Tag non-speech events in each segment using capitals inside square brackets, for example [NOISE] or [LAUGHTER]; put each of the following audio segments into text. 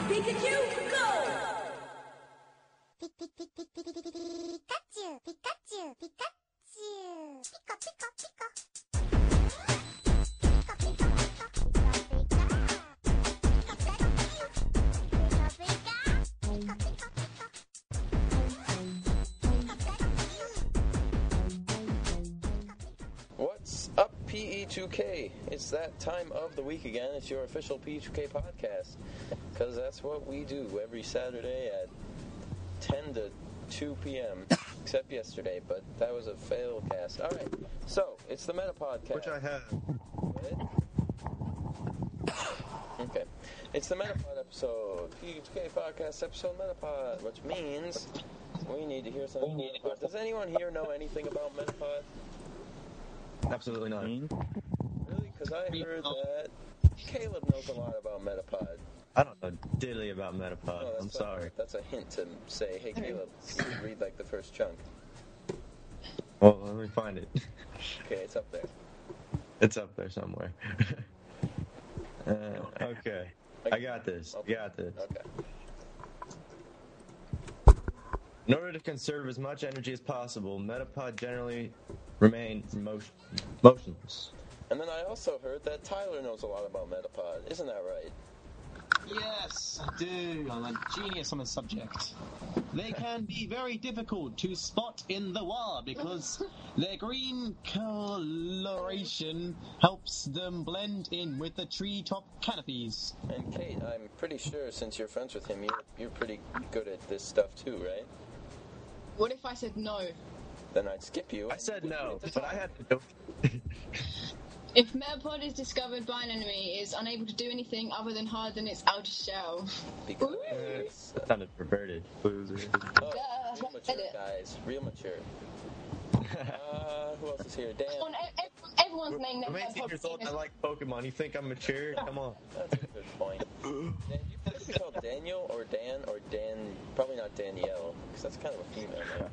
Pikachu, go! Pikachu, Pikachu, Pikachu. Pika, pika, pika. Pika, pika, pika. Pika, pika. Pika, pika, pika. Pika, pika. Pika, pika, pika. Pika, pika, pika. What's up, PE2K? It's that time of the week again. It's your official PE2K podcast because that's what we do every Saturday at 10 to 2 p.m. [COUGHS] Except yesterday, but that was a fail cast. All right, so it's the Meta Podcast. Which I have. [COUGHS] Okay. It's the Metapod episode. PHK podcast episode Metapod, which means we need to hear something. about Metapod. Does anyone here know anything about Metapod? Absolutely not. Really? Because I heard that Caleb knows a lot about Metapod. I don't know diddly about Oh, Metapod. that's Uh, I'm a- sorry. That's a hint to say, hey, Caleb, read like the first chunk. Well, let me find it. [LAUGHS] Okay, it's up there. It's up there somewhere. [LAUGHS] uh, okay. I got this. I got this. Okay. In order to conserve as much energy as possible, Metapod generally remain motion- motionless. And then I also heard that Tyler knows a lot about Metapod. Isn't that right? Yes, I do. I'm a genius on the subject. They can be very difficult to spot in the wild because their green coloration helps them blend in with the treetop canopies. And Kate, I'm pretty sure since you're friends with him, you're, you're pretty good at this stuff too, right? What if I said no? Then I'd skip you. I said no, but I had to. If Metapod is discovered by an enemy, it is unable to do anything other than harden its outer shell. [LAUGHS] because [LAUGHS] uh, That sounded perverted. [LAUGHS] Loser. oh, real mature edit. guys, real mature. Uh, who else is here? Dan. On e- ev- everyone's name I'm named 18 Metapod. years old. I like Pokemon. You think I'm mature? Come on. That's a good point. Dan, you probably call Daniel or Dan or Dan. Probably not Danielle, because that's kind of a female name.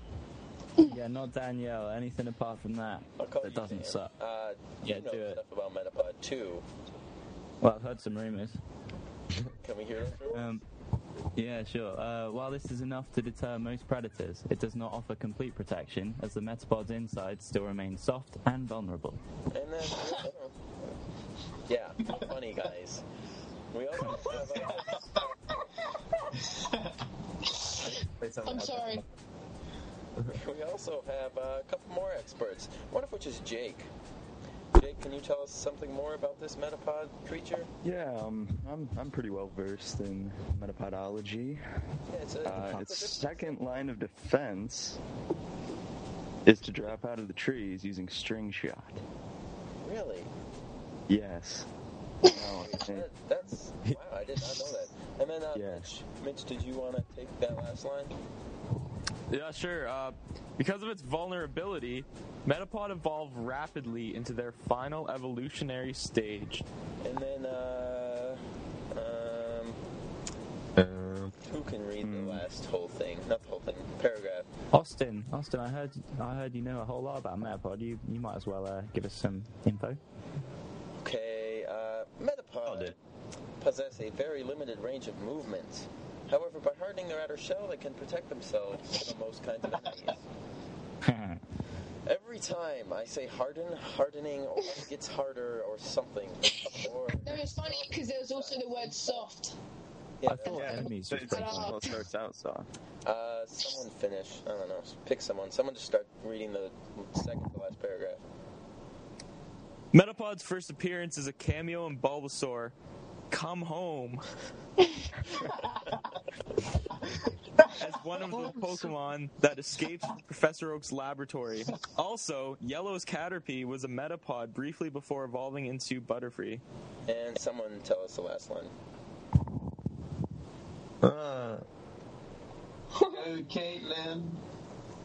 Yeah, not Danielle. Anything apart from that I'll call that you doesn't Dan. suck. Uh, Yeah, you know do it. stuff about Metapod too. Well, I've heard some rumours. Uh, Can we hear them? for a while? Um, yeah, sure. Uh, while this is enough to deter most predators, it does not offer complete protection, as the metapod's inside still remains soft and vulnerable. And then, yeah, funny guys. We always have a, Play something I'm else. sorry. we also have uh, a couple more experts. One of which is Jake. Jake, can you tell us something more about this metapod creature? Yeah, um, I'm I'm pretty well versed in metapodology. Yeah, it's a, Uh, it's its a second line of defense is to drop out of the trees using string shot. different- really. Yes. Now, I think- That, that's wow! I did not know that. And then, uh, Yeah. Mitch, Mitch, did you want to take that last line? Yeah, sure. Uh, because of its vulnerability, Metapod evolve rapidly into their final evolutionary stage. And then, uh, um, Um, who can read the last whole thing? Not the whole thing. Paragraph. Austin, Austin, I heard I heard you know a whole lot about metapod. You you might as well uh, give us some info. [LAUGHS] Okay, uh, Oh, Metapod dude. possess a very limited range of movement. However, by hardening their outer shell, they can protect themselves from most kinds of enemies. Every time I say harden, hardening, or it gets harder, or [LAUGHS] something, or No, it's funny because there was also the word soft. yeah, I thought enemies was it's pretty Shut well, up. it starts out soft. Uh, someone finish. I don't know. Pick someone. Someone just start reading the second to last paragraph. Metapod's first appearance is a cameo in Bulbasaur. Come home. As one of the Pokemon that escaped Professor Oak's laboratory. Also, Yellow's Caterpie was a Metapod briefly before evolving into Butterfree. And someone tell us the last line. Uh, Okay, Lim.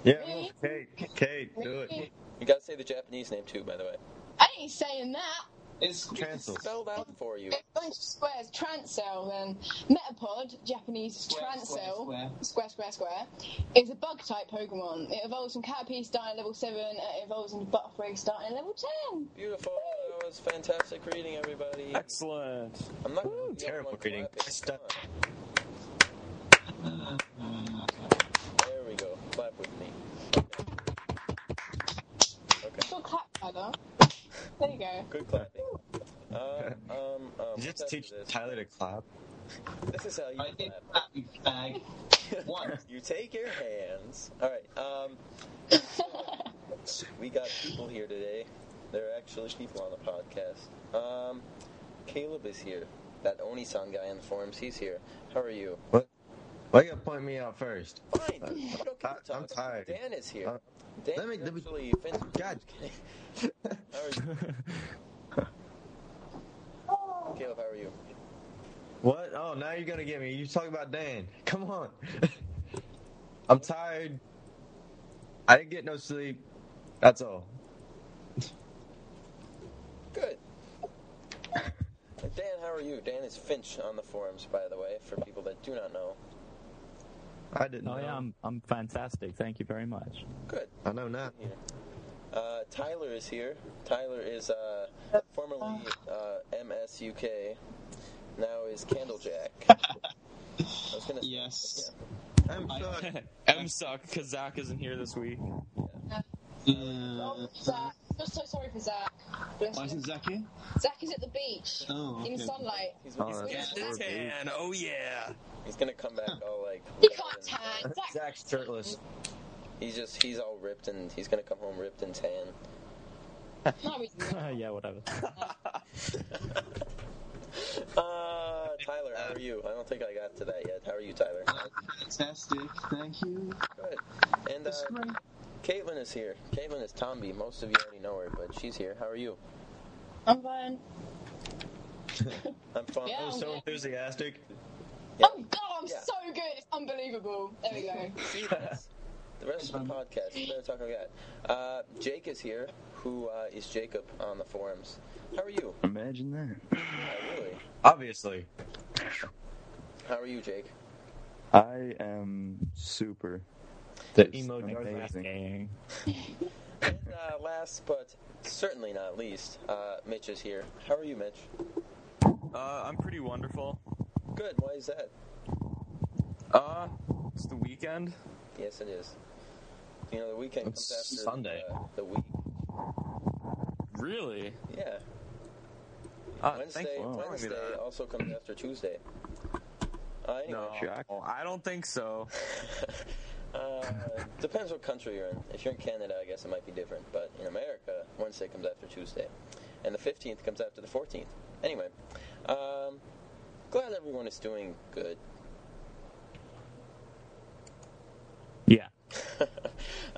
yeah, Really? Kate, Kate, do it. You gotta say the Japanese name too, by the way. I ain't saying that. It's Cancel. Spelled out for you. If bunch of squares transcell, then Metapod, Japanese is Square, transcell, square, square, square, square, is a bug type Pokemon. It evolves from Caterpie starting at level 7, and it evolves into Butterfree starting at level 10. Beautiful. That was fantastic reading, everybody. Excellent. I'm not gonna be the only Terrible one reading. clapping. Come Stuck. on. There we go. Clap with me. Okay. Still clap, Tyler. There you go. Good clapping. Um, [LAUGHS] um, um, let's Did you do just teach this. Tyler to clap? This is how you I did clap. that, you fag. What? You take your hands. All right. Um, so, we got people here today. There are actually people on the podcast. Um, Caleb is here. That Oni-san guy in the forums, he's here. How are you? What? Why you gotta point me out first? Fine. dude. You don't get to I- I'm talk. tired. Dan is here. Uh, Dan let me- is let me- actually Vince- God. [LAUGHS] How are you? Caleb, how are you? What? Oh, now you're gonna get me. You talk about Dan. Come on. [LAUGHS] I'm tired. I didn't get no sleep. That's all. Good. And Dan, how are you? Dan is Finch on the forums, by the way, for people that do not know. I didn't. Oh know. yeah, I'm I'm fantastic. Thank you very much. Good. I know [LAUGHS] now. Yeah. Uh, Tyler is here. Tyler is uh, formerly uh, MSUK, now is Candlejack. I was gonna say- Yes. I'm I- [LAUGHS] stuck. [LAUGHS] M suck because Zach isn't here this week. Uh, Oh, Zach. Feel so sorry for Zach. Bless why him. isn't Zach here? Zach is at the beach Oh, in okay. sunlight. He's, Oh, he's, that's poor Yes. dude. Oh yeah. he's gonna come back all like. He ripped can't and- [LAUGHS] tan. Zach, [LAUGHS] Zach's shirtless. He's just he's all ripped and he's gonna come home ripped and tan. no, he's not. yeah, whatever. Uh, Tyler, how are you? I don't think I got to that yet. How are you, Tyler? Fantastic, thank you. Good. And uh, That's great. Caitlin is here. Caitlin is Tomby. Most of you already know her, but she's here. How are you? I'm fine. I'm fine. Yeah. Oh, so enthusiastic. Oh god, I'm Yeah. so good. It's unbelievable. There we go. See, that's the rest of the podcast. We better talk about that. Uh, Jake is here. Who uh, is Jacob on the forums? How are you? Imagine that. Uh, really? Obviously. How are you, Jake? I am super. The It's emo amazing. Darth And uh, last but certainly not least, uh, Mitch is here. How are you, Mitch? Uh, I'm pretty wonderful. Good. Why is that? Uh, it's the weekend. Yes, it is. You know, the weekend It's comes after Sunday. The, the week. Really? Yeah. Ah, Uh, thanks Wednesday. Oh, for telling me Wednesday that. also comes after Tuesday. Uh, anyway, No, Jack? Oh, I don't think so. Uh, depends what country you're in. If you're in Canada, I guess it might be different. But in America, Wednesday comes after Tuesday, and the 15th comes after the 14th. Anyway, um, glad everyone is doing good. Yeah.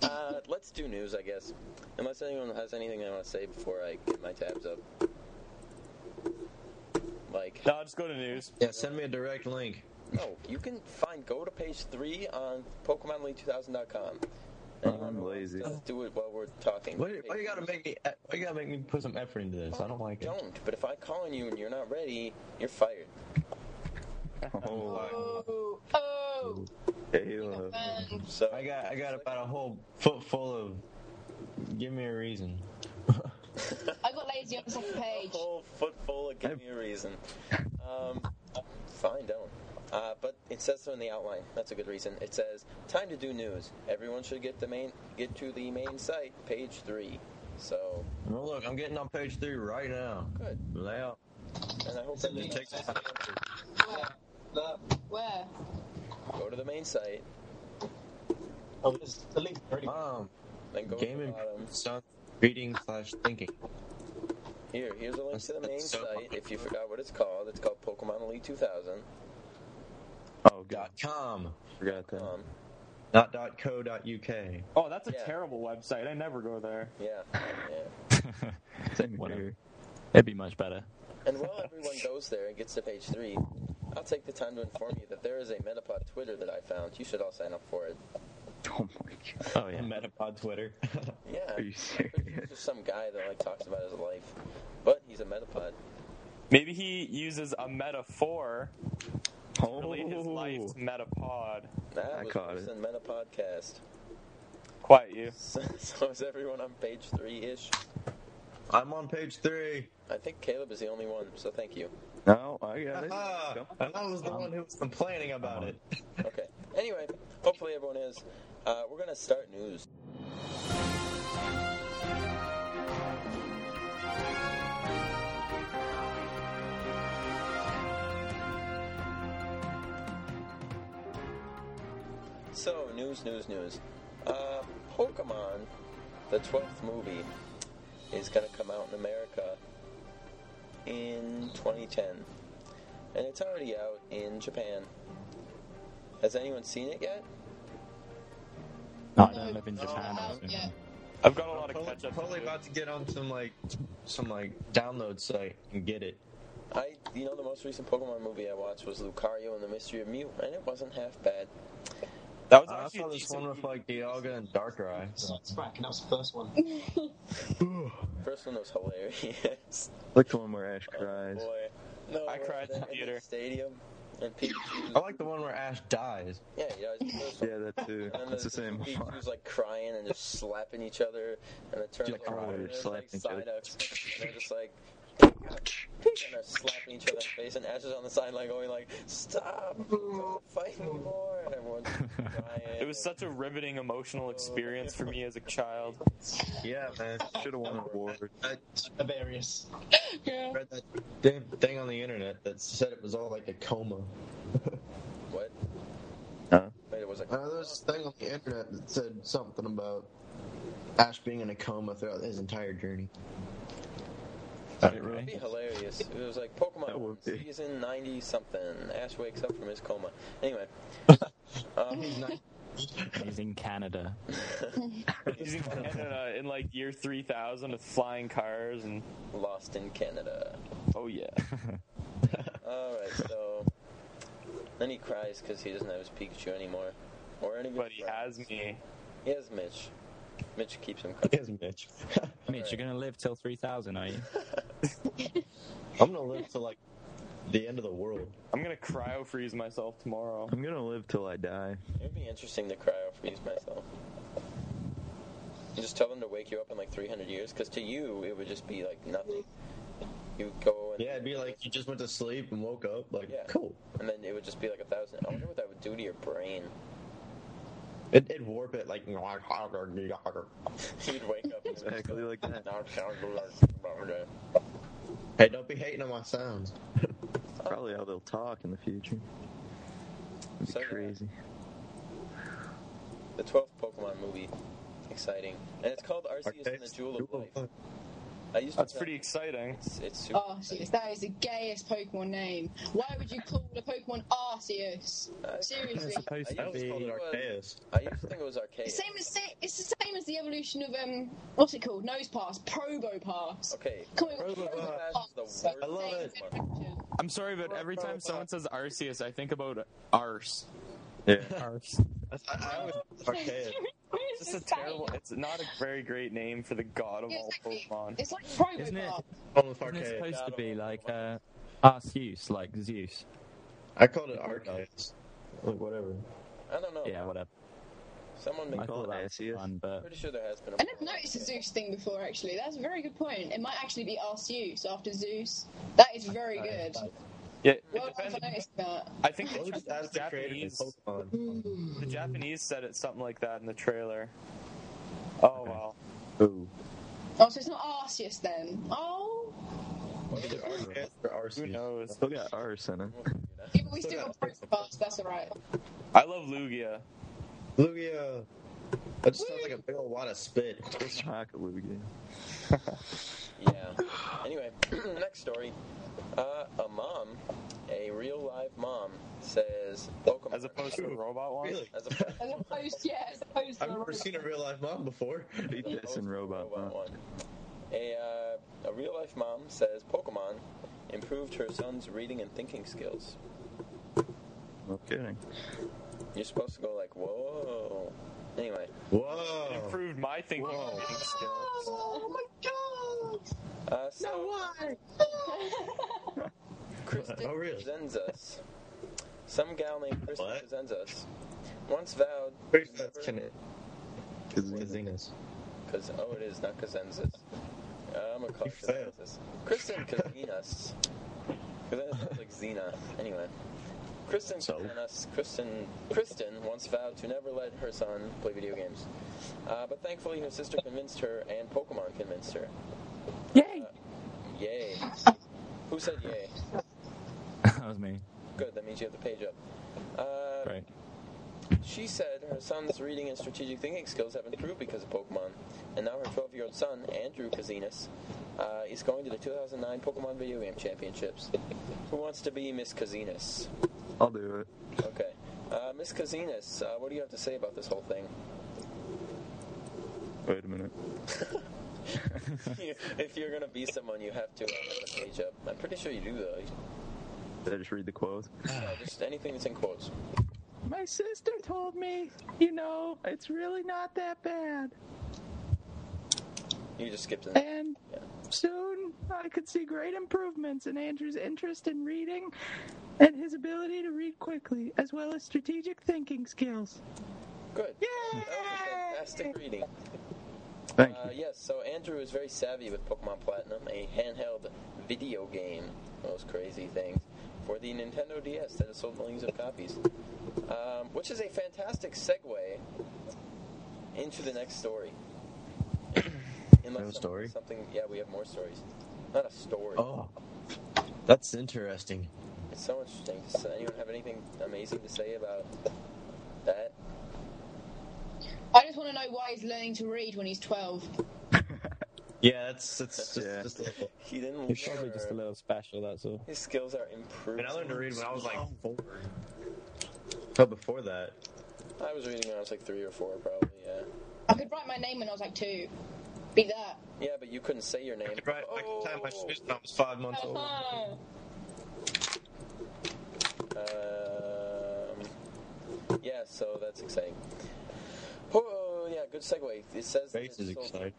Uh, let's do news, I guess. Unless anyone has anything they want to say before I get my tabs up. Like, No, just go to news. Yeah, send me a direct link. no, you can find, go to page 3 on PokemonLeague2000.com. Anyone I'm who lazy. oh, wants to Do it while we're talking. Why, why you gotta make me? Why you gotta make me put some effort into this? I don't like it. Don't. But if I call on you and you're not ready, you're fired. Oh, Oh, oh, Caleb. man. So I got I got [LAUGHS] about a whole foot full of. Give me a reason. I got lazy on the second a page. whole foot full of give [LAUGHS] me a reason. Um, fine, don't. Uh, but it says so in the outline. That's a good reason. It says time to do news. Everyone should get the main get to the main site, page three. So Well, look, I'm getting on page three right now. good, Layout. and I hope Send everyone me takes a the time Where? Uh, Where? to go to the main site, oh, there's the link already. Mom, then go game to the and bottom. sound um, reading slash thinking. Here, here's a link to the main That's so site. If you forgot what it's called, it's called Pokemon League 2000. Oh god, Dot com, forgot that. Um, not dot co dot uk. Oh, that's a Yeah. terrible website. I never go there. yeah, yeah. Same Whatever. here. [LAUGHS] It'd be much better. And while everyone goes there and gets to page three, I'll take the time to inform you that there is a Metapod Twitter that I found. You should all sign up for it. Oh my god, Oh yeah. And Metapod Twitter. Yeah. are you serious? It's just some guy that like talks about his life, but he's a Metapod. Maybe he uses a metaphor to relate his Oh. life's metapod. That I was caught worse it. than Metapodcast. [LAUGHS] Quiet you. So, so is everyone on page three ish? I'm on page three. I think Caleb is the only one, so thank you. [LAUGHS] No, I got it. Ah, Go. and I was the one who was complaining about it. Okay. Anyway, hopefully everyone is. Uh, we're gonna start news. So news, news, news. Uh, Pokemon, the twelfth movie, is gonna come out in America in 2010, and it's already out in Japan. Has anyone seen it yet? I don't live in Japan. Out obviously. yet. I've got a lot of Probably, catch up. probably about to get on some like some like download site and get it. I, you know, the most recent Pokemon movie I watched was Lucario and the Mystery of Mew, and it wasn't half bad. That was Oh, I actually saw a this decent e- one with like Dialga and Darkrai. So. It's back, and that was the first one. First one [LAUGHS] was hilarious. Like the one where Ash cries. Boy, no, I we're cried in in the theater. stadium, and Pikachu. I like the one where Ash dies. yeah, you know, it's the first one. Oh. [LAUGHS] Yeah, that [LAUGHS] too. And It's the same one. Pikachu's like crying and just slapping each other, and it turns Just over, crying, and there's like slapping each other. Psyduck, and they're [LAUGHS] just like. "Pikachu," And they're slapping each other in the face, and Ash is on the sideline going like, "Stop! Don't [LAUGHS] fight anymore!" And everyone's crying. It was such a riveting emotional experience for me as a child. Yeah, [LAUGHS] man. Should have won an award. Uh, I Hilarious. Yeah. read that damn thing on the internet that said it was all like a coma. What? Huh? Wait, it was like, Uh, there was this thing on the internet that said something about Ash being in a coma throughout his entire journey. Is it It'd be really? hilarious. It was like Pokemon That would be. season ninety something. Ash wakes up from his coma. [LAUGHS] Anyway, um, He's in Canada. [LAUGHS] He's in Canada in like year 3000 with flying cars and lost in Canada. oh yeah. [LAUGHS] All right, so then he cries because he doesn't have his Pikachu anymore, or any. of his But he friends. has me. He has Mitch. Mitch keeps him company. [LAUGHS] Yes, Mitch. Mitch, you're gonna live till 3,000, are you? [LAUGHS] I'm gonna live to like the end of the world. I'm gonna cryo freeze myself tomorrow. I'm gonna live till I die. It'd be interesting to cryo freeze myself. You just tell them to wake you up in like 300 years, because to you it would just be like nothing. You go and Yeah, it'd be like you just went to sleep and woke up. Like, Yeah. cool. and then it would just be like a thousand. I wonder what that would do to your brain. It, it'd warp it like. [LAUGHS] Hey, You'd wake up. and it'd Exactly like that. go, don't be hating on my sounds. Probably how they'll talk in the future. It'd be So, yeah. crazy. The 12th Pokemon movie. Exciting. And it's called Arceus and the Jewel of Life. I used to That's tell- pretty exciting. It's, it's super. Arceus. Oh, That is the gayest Pokemon name. Why would you call the Pokemon Arceus? I- Seriously. supposed to be Arceus. I used to think it was archaic. Same as it's the same as the evolution of um what's it called? Nose pass, Probopass. pass. Okay. Calling it Probopass Probopass. is the worst I love it. I'm sorry, but every time someone says Arceus, I think about arse. Yeah. Arse. I, I always [LAUGHS] [LAUGHS] Arceus. It's just a terrible. It's not a very great name for the god of all Pokemon. It's like Isn't it? Probopass. Going with Isn't it Arceus. supposed to be like uh, Arceus, like Zeus? I called it Arceus. Like, whatever. I don't know. Yeah, whatever. Someone I make. call it thought that was Arceus. fun, but pretty sure there has been. a I never Pokemon noticed the game. Zeus thing before, actually. That's a very good point. It might actually be Arceus after Zeus. That is very good. Yeah, it Well, done depends. for noticing that. I think Well, the just as the creator of Japanese, Pokemon. the Japanese said it something like that in the trailer. Oh wow. Ooh. Oh, so it's not Arceus then. Oh, Is it Arceus or Arceus? Who knows? Still got arse in it. We'll figure it yeah, but we still got Probopass. That's all right. I love Lugia. Lugia. That just sounds like a big old lot of spit. It's Hakalugia. out. Yeah. Anyway, [CLEARS THROAT] next story. Uh, a mom, a real live mom, says Pokemon. As opposed to the robot one? Really? As opposed [LAUGHS] As opposed, yeah, as opposed to I've never seen a real life mom before. [LAUGHS] Beat this in Robot Mom. one. A, uh, a real life mom says Pokemon improved her son's reading and thinking skills. No kidding. You're supposed to go like, whoa. Anyway, Whoa. Improved my thinking Whoa. reading skills. uh, so Oh, really? Zenzas, some gal named Kristen What? Zenzas, once vowed, Where's that it? Zenus. cause, oh, it is not Kazenzas. Uh, I'm gonna call it You failed. Kazenzas. Kristen Kazinas. Because that sounds like Xena. Anyway. Kristen, So? and us, Kristen, Kristen once vowed to never let her son play video games, uh, but thankfully her sister convinced her, and Pokemon convinced her. Uh, Yay! Yay! Who said yay? [LAUGHS] that was me. Good. That means you have the page up. Uh, Right. She said her son's reading and strategic thinking skills have improved because of Pokemon, and now her 12-year-old son Andrew Kazinas uh, is going to the 2009 Pokemon Video Game Championships. Who wants to be Miss Kazinas? I'll do it. Okay. Uh, Miss Kazinas, uh, what do you have to say about this whole thing? [LAUGHS] Wait a minute. You- if you're going to be someone, you have to uh, have the page up. I'm pretty sure you do, though. Did I just read the quote? Uh, just anything that's in quotes. My sister told me, you know, it's really not that bad. You just skip to the And soon I could see great improvements in Andrew's interest in reading and his ability to read quickly, as well as strategic thinking skills. Good. Yay! That was a fantastic reading. Thank Uh, yes, so Andrew is very savvy with Pokemon Platinum, a handheld video game, those crazy things, for the Nintendo DS that has sold millions of copies. Um, which is a fantastic segue into the next [COUGHS] story. Unless No some- story? Something, yeah, we have more stories. Not a story. Oh, that's interesting. It's so interesting. Does anyone have anything amazing to say about that? [LAUGHS] I just want to know why he's learning to read when he's 12. Yeah, that's that's just, Yeah. just a little. He didn't He's probably just a learn. little special, that's all. His skills are improved. And I learned to read when I was like four. But before that, I was reading when I was like three or four, probably, yeah. I could write my name when I was like two. Be that. Yeah, but you couldn't say your name. right back oh, to the time I switched when I was five months old. Uh-huh. um, yeah, so that's exciting. Oh, yeah, good segue. It says. that Grace it is sold- excited.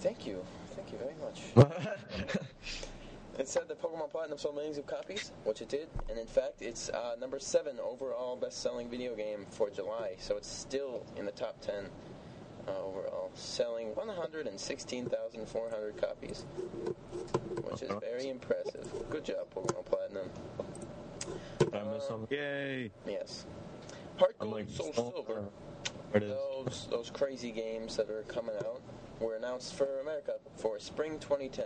Thank you. Thank you very much. [LAUGHS] It said that Pokemon Platinum sold millions of copies, which it did, and in fact, it's uh, number seven overall best-selling video game for July, so it's still in the top ten uh, overall, selling 116,400 copies, which is very impressive. Good job, Pokemon Platinum. Did I miss something? Yay! Yes. Heart I'm Gold, like, Soul oh, Uh, Silver. Where it is. Those those crazy games that are coming out were announced for America for spring 2010,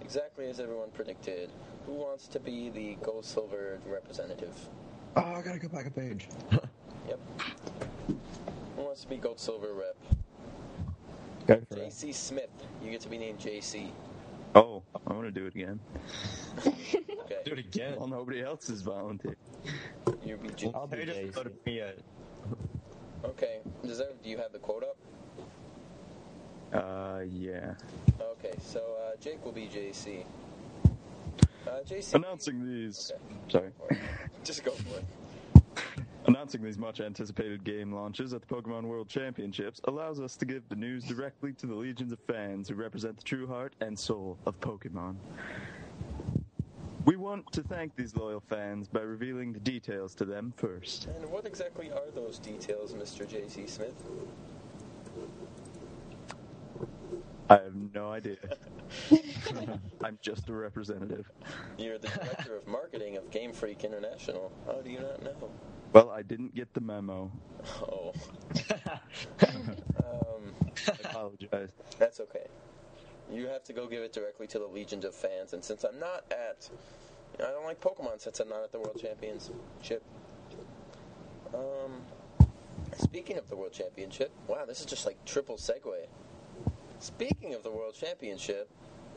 exactly as everyone predicted. Who wants to be the gold silver representative? Oh, I gotta go back a page. [LAUGHS] Yep. Who wants to be gold silver rep? Go for it. JC Smith. You get to be named JC. Oh, I want to do it again. Do Okay. it again. Well, nobody else is volunteering. You be J- I'll be Page doesn't go to Daisy. me yet. Okay. Does that, do you have the quote up? Uh, yeah. Okay. So uh, Jake will be JC. Uh, JC. Oh, Announcing these. Sorry. Just go for it. Announcing these much anticipated game launches at the Pokemon World Championships allows us to give the news directly to the legions of fans who represent the true heart and soul of Pokemon. We want to thank these loyal fans by revealing the details to them first. And what exactly are those details, Mr. JC Smith? I have no idea. I'm just a representative. You're the director of marketing of Game Freak International. How do you not know? Well, I didn't get the memo. Oh, I apologize. that's okay. You have to go give it directly to the legions of fans. And since I'm not at, I don't like Pokemon since I'm not at the World Championship. Um, speaking of the World Championship, wow, this is just like triple segue. Speaking of the World Championship,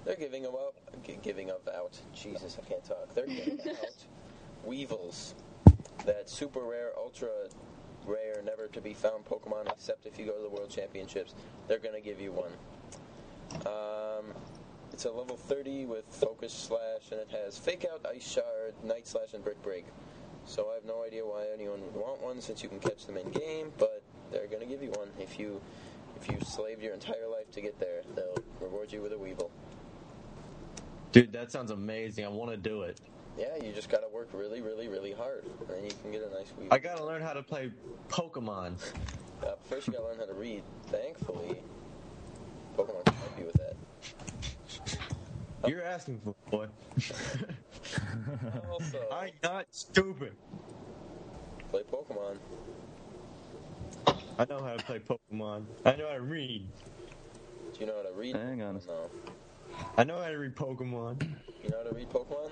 they're giving out, gi- giving up out. Jesus, I can't talk. They're giving out Weevils, that super rare, ultra rare, never to be found Pokemon. Except if you go to the World Championships, they're gonna give you one. Um, it's a level 30 with Focus Slash, and it has Fake Out, Ice Shard, Night Slash, and Brick Break. So I have no idea why anyone would want one since you can catch them in game, but they're gonna give you one if you if you slaved your entire life to get there. They'll reward you with a Weevil. Dude, that sounds amazing. I want to do it. Yeah, you just gotta work really, really, really hard, and then you can get a nice Weevil. I gotta learn how to play Pokemon. Uh, first, you gotta learn how to read. Thankfully, Pokemon can help you with that. You're asking for it, boy. Also, I'm not stupid. Pokemon. I know how to play Pokemon. I know how to read. Do you know how to read? Hang on a Pokemon? No. I know how to read Pokemon. You know how to read Pokemon?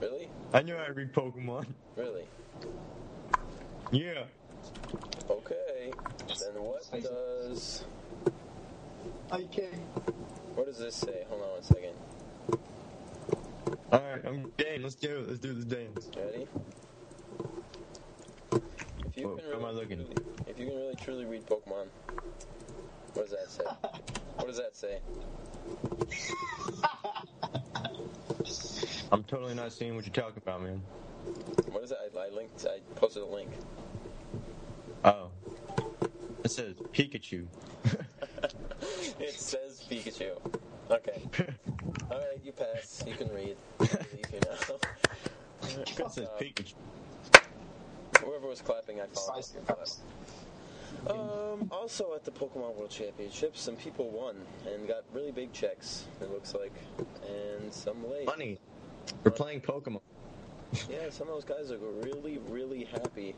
Really? I know how to read Pokemon. [LAUGHS] Really? Yeah. Okay. Then what does I can. what does this say? Hold on one second. Alright, I'm game. Let's do it. Let's do this dance. Ready? If you Whoa, how am I looking? truly- if you can really truly read Pokemon, what does that say? what does that say? I'm totally not seeing what you're talking about, man. What is that? I, I linked. I posted a link. [LAUGHS] Oh. It says Pikachu. It says Pikachu. [LAUGHS] Okay. All right, you pass. You can read. I believe you know. [LAUGHS] It says Pikachu. Whoever was clapping, I followed. [LAUGHS] Um, also at the Pokemon World Championship, some people won and got really big checks. It looks like, and some late. Money. We're playing Pokemon. Yeah, some of those guys are really, really happy.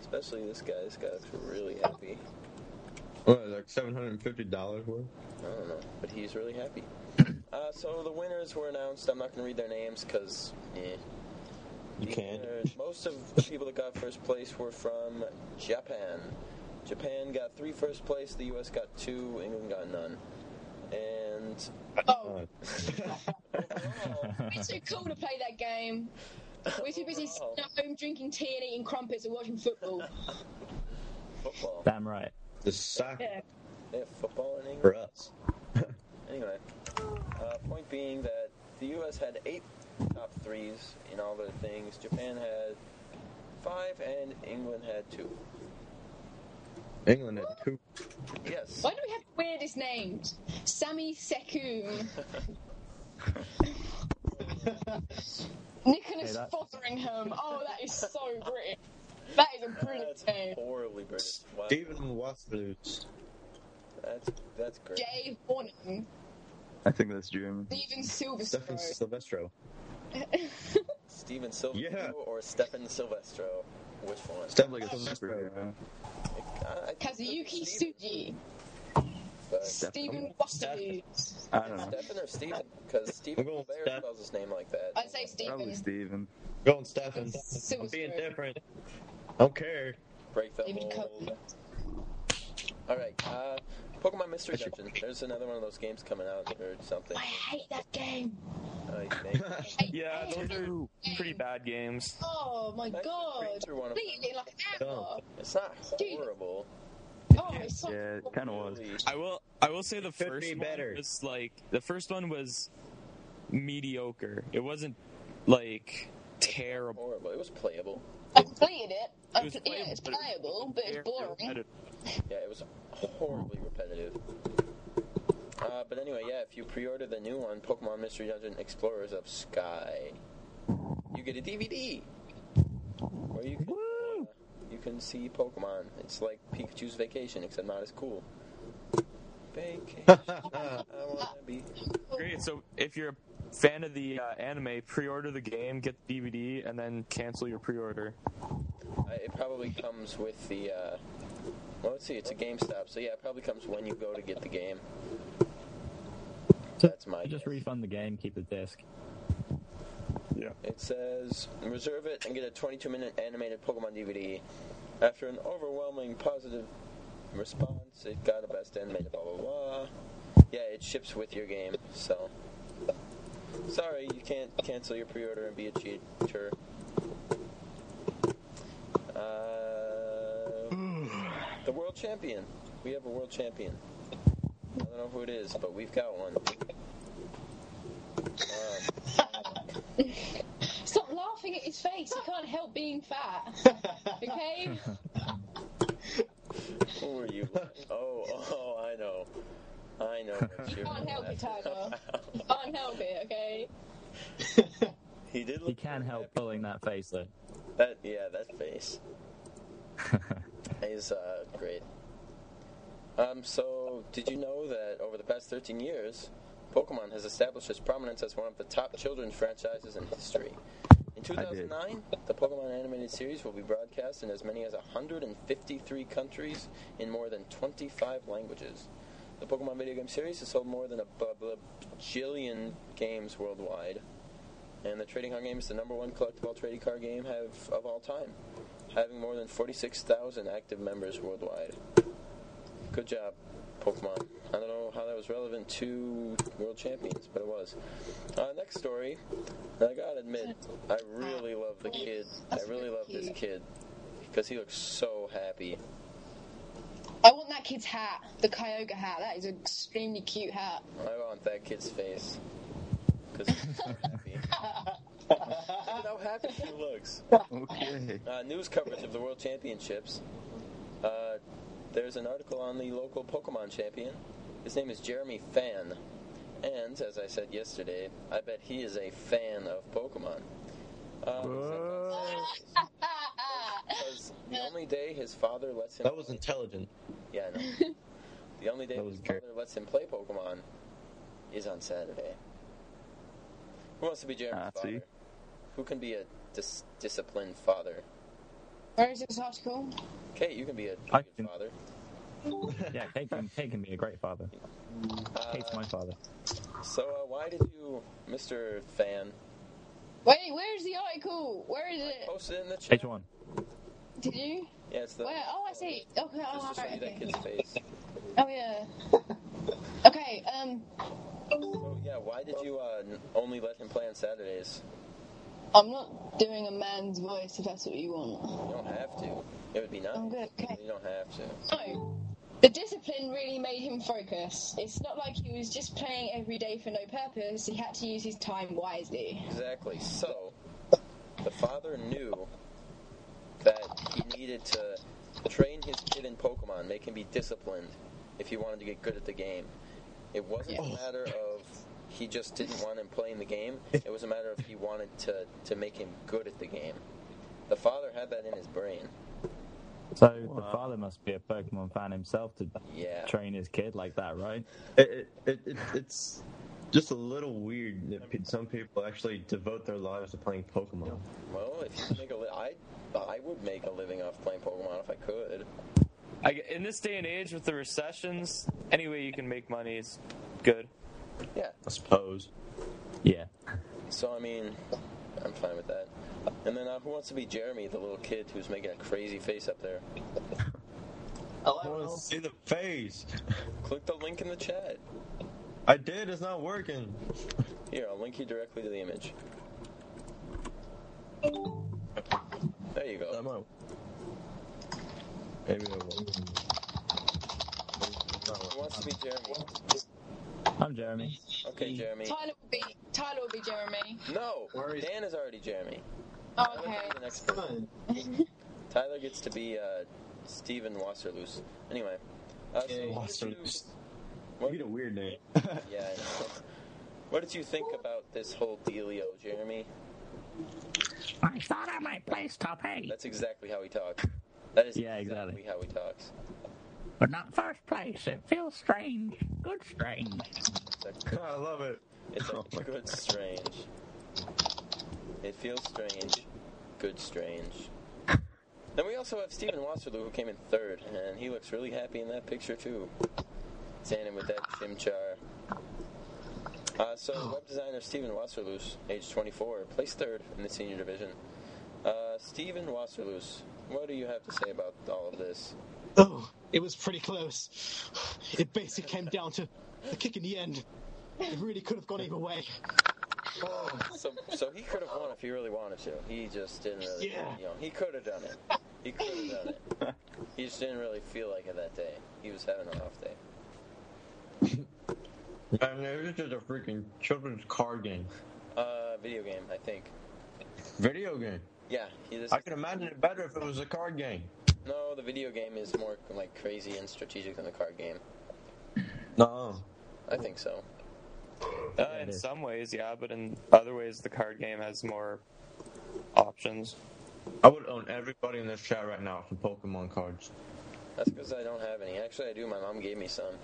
Especially this guy. This guy's really happy. What, like $750 worth? I don't know, but he's really [COUGHS] happy. Uh, so the winners were announced. I'm not going to read their names because, eh. You The can't. winners- Most of the people that got first place were from Japan. Japan got three first place. The U.S. got two. England got none. And Uh, Oh, overall, we're too cool to play that game. We're too busy sitting at home drinking tea and eating crumpets and watching football. football. Damn right. The soccer Yeah. They have football in England. for us. Anyway, uh, point being that the U.S. had eight top threes in all their things. Japan had five, and England had two. England at two. Yes. Why do we have the weirdest names? Sammy Sekoum. Nicholas Hey, that- Fotheringham. Oh, that is so British. That is a brilliant That's name. horribly British. Wow. Stephen Wasserloos. That's that's great. Jay Hornham. I think that's German. Steven Stefan Silverstone. Silvestro. Steven Silvestro Yeah. or Stefan Silvestro? Which one? Stefan Like a superhero. I- I think [LAUGHS] Kazuyuki it's Steven, Suji. but Stephen Wasterloo. I don't know. Stefan or Steven? Because Steven We're going Blair Steph. spells his name like that. I'd say Probably Stephen. Steven. Going Stefan. I'm being Silvestro. different. I don't care. [LAUGHS] Break the David mold. Cope. All right, uh, Pokemon Mystery Dungeon. There's another one of those games coming out or something. I hate that game. I think. I hate Yeah, that those game. are pretty bad games. Oh my Nice god. to through one of them. Completely like an hour. It's not Dude. horrible. Oh, it's so Yeah, it kind of was. Really. I will. I will say the could first be one better. was like the first one was mediocre. It wasn't like terrible. Horrible. It was playable. I completed it. I It was pl- yeah, it's playable, but playable, but it's it boring. Repetitive. Yeah, it was horribly repetitive. Uh, but anyway, yeah, if you pre-order the new one, Pokemon Mystery Dungeon Explorers of Sky, you get a DVD where you can, uh, you can see Pokemon. It's like Pikachu's Vacation, except not as [LAUGHS] cool. Vacation, I wanna be. Great. So if you're a fan of the uh, anime, pre-order the game, get the DVD, and then cancel your pre-order. Uh, it probably comes with the. Uh, well, let's see. It's a GameStop, so yeah, it probably comes when you go to get the game. That's my. Just guess. refund the game, keep the disc. It says reserve it and get a 22-minute animated Pokemon DVD. After an overwhelming positive response, it got a best animated blah blah blah. Yeah, it ships with your game, so sorry you can't cancel your pre-order and be a cheater. Uh, the world champion. We have a world champion. I don't know who it is, but we've got one. Um, Stop laughing at his face. He can't help being fat. Okay? Who are you? Oh, [LAUGHS] oh, I know. I know. [LAUGHS] what You you're can't help it, Tyler. You can't help it, okay? [LAUGHS] He did You look. can help pulling that face though. That, yeah, that face is uh, great. Um, so did you know that over the past 13 years, Pokemon has established its prominence as one of the top children's franchises in history? In I did. 2009, the Pokemon animated series will be broadcast in as many as 153 countries in more than 25 languages. The Pokemon video game series has sold more than a bu- bu- bajillion games worldwide, and the trading card game is the number one collectible trading card game have of all time, having more than 46,000 active members worldwide. Good job, Pokemon. I don't know how that was relevant to World Champions, but it was. Uh, next story. Now, I gotta admit, I really love the kid. I really love this kid because he looks so happy. I want that kid's hat, the Kyogre hat. That is an extremely cute hat. I want that kid's face because he's so happy. Look at how happy he looks. Okay. uh, news coverage of the World Championships. Uh, there's an article on the local Pokemon champion. His name is Jeremy Fan. And, as I said yesterday, I bet he is a fan of Pokemon. Um, [LAUGHS] Ah, Because the only day his father lets him. That was intelligent. Yeah, I [LAUGHS] know. The only day That his was good. father lets him play Pokemon is on Saturday. Who wants to be Jeremy's Ah, see. father? Who can be a dis- disciplined father? Where is this article? Kate, you can be a I good can- father. Yeah, Kate can, Kate can be a great father. Kate's my father. So, uh, why did you, Mr. Fan, Wait, where is the article? Where is it? post it in the chat? H1. Did you? Yeah, it's the. Where? Oh, I see. Okay, oh, Just to show alright, you that okay. kid's face. Oh, yeah. Okay, um, So, yeah, why did you uh, n- only let him play on Saturdays? I'm not doing a man's voice if that's what you want. You don't have to. It would be nice. I'm good, okay. You don't have to. No. The discipline really made him focus. It's not like he was just playing every day for no purpose. He had to use his time wisely. Exactly. So, the father knew that he needed to train his kid in Pokemon, make him be disciplined if he wanted to get good at the game. It wasn't a matter of he just didn't want him playing the game, it was a matter of he wanted to, to make him good at the game. The father had that in his brain. So the father must be a Pokemon fan himself to Yeah. train his kid like that, right? It, it, it, it, it's just a little weird that pe- some people actually devote their lives to playing Pokemon. Well, if you could make a li- I, I would make a living off playing Pokemon if I could. I g in this day and age, with the recessions, any way you can make money is good. Yeah. I suppose. Yeah. So I mean, I'm fine with that. And then uh, who wants to be Jeremy, the little kid who's making a crazy face up there? Oh, I I want to will. see the face. Click the link in the chat. I did. It's not working. Here, I'll link you directly to the image. There you That go. might. Maybe it won't. Who wants to be Jeremy? I'm Jeremy. Okay, Jeremy. Tyler will be Tyler will be Jeremy. No, Where is- Dan is already Jeremy. Oh, Tyler can okay. be the next person. Tyler gets to be uh, Steven Wasserloos. Anyway. Uh, so Okay. what did you- Wasserloos. What, You get a weird name. yeah, I know. What did you think about this whole dealio, Jeremy? I thought I might play top eight, That's exactly how he talks. That is Yeah, exactly. how he talks. but not first place. It feels strange. Good strange. It's a, I love it. it's a [LAUGHS] Oh my good strange. It feels strange. Good strange. Then we also have Stephen Wasserloo who came in third, and he looks really happy in that picture too. Standing with that chimchar. Uh, so, [GASPS] web designer Stephen Wasserloos, age 24, placed third in the senior division. Uh, Stephen Wasserloos, what do you have to say about all of this? Oh, it was pretty close. It basically came down to the kick in the end. It really could have gone either way. Oh, So, so he could have won if he really wanted to. He just didn't really. Yeah. You know, he could have done it. He could have done it. He just didn't really feel like it that day. He was having an off day. I mean, it was just a freaking children's card game, Uh, video game, I think. video game. Yeah. He just, I can imagine it better if it was a card game. no, the video game is more like crazy and strategic than the card game. No, I think so. Uh, in some ways, yeah, but in other ways, the card game has more options. I would own everybody in this chat right now for Pokemon cards. That's because I don't have any. Actually, I do. My mom gave me some.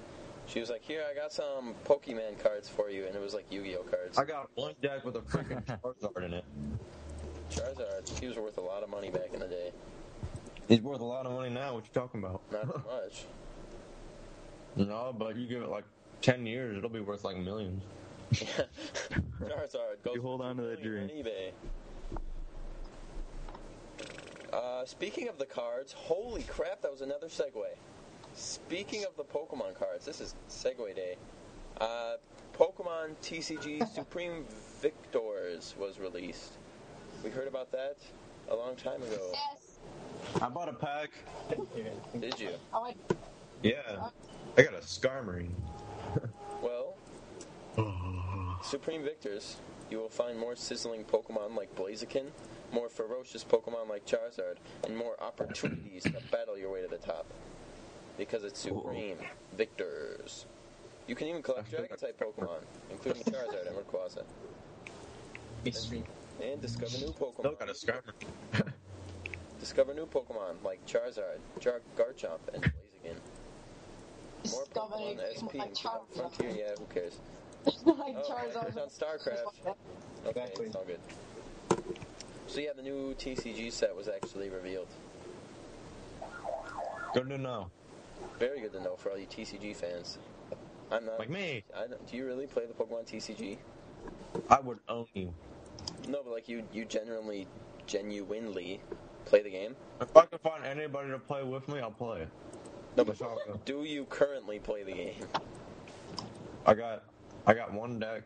She was like, "Here, I got some Pokemon cards for you," and it was like Yu-Gi-Oh cards. I got one deck with a freaking Charizard in it. Charizard, he was worth a lot of money back in the day. It's worth a lot of money now. What you talking about? Not [LAUGHS] much. no, but you give it like ten years, it'll be worth like millions. [LAUGHS] Charizard goes You hold for on to that $2 million on eBay. Uh, speaking of the cards, holy crap, that was another segue. Speaking of the Pokemon cards, this is Segway Day. Uh, Pokemon [LAUGHS] TCG Supreme Victors was released. We heard about that a long time ago. Yes. I bought a pack. Did you? I went, Yeah, I got a Skarmory. Well, Supreme Victors, you will find more sizzling Pokemon like Blaziken, more ferocious Pokemon like Charizard, and more opportunities to battle your way to the top. Because it's Supreme Victors. You can even collect Dragon type Pokemon, including Charizard and Rayquaza, and discover new Still Pokemon. got a Skarmory. [LAUGHS] Discover new Pokemon like Charizard, Char- Garchomp, and Blaziken. More discovered Pokemon, SP, like and Frontier. Charizard. Yeah, who cares? [LAUGHS] like Oh, Charizard. it's on StarCraft. Okay, it's all good. So yeah, the new TCG set was actually revealed. Good to know. Very good to know for all you TCG fans. I'm not. Like me, I don't, do you really play the Pokemon TCG? I would own you. No, but like you, you genuinely, genuinely play the game. If I can find anybody to play with me, I'll play it. No, That's but all good. do you currently play the game? [LAUGHS] I got, I got one deck.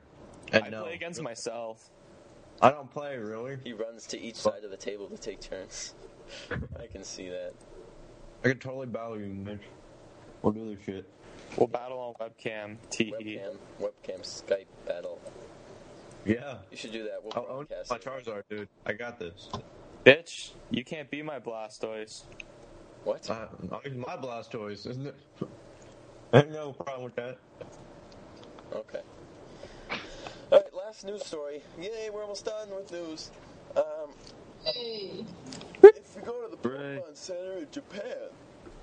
And I no, play against myself. I don't play really. He runs to each side of the table to take turns. [LAUGHS] I can see [LAUGHS] that. I could totally battle you, Mitch. We'll do this shit. We'll battle on webcam. E. Tee. Webcam, webcam, Skype battle. Yeah. You should do that. We'll I'll own broadcast. my it. Charizard, dude. I got this. Bitch, you can't be my Blastoise. What? I, I'll use my Blastoise, isn't it? Ain't no problem with that. Okay. All right, last news story. Yay, we're almost done with news. Um, Hey. if you go to the Hooray. Pokemon Center in Japan,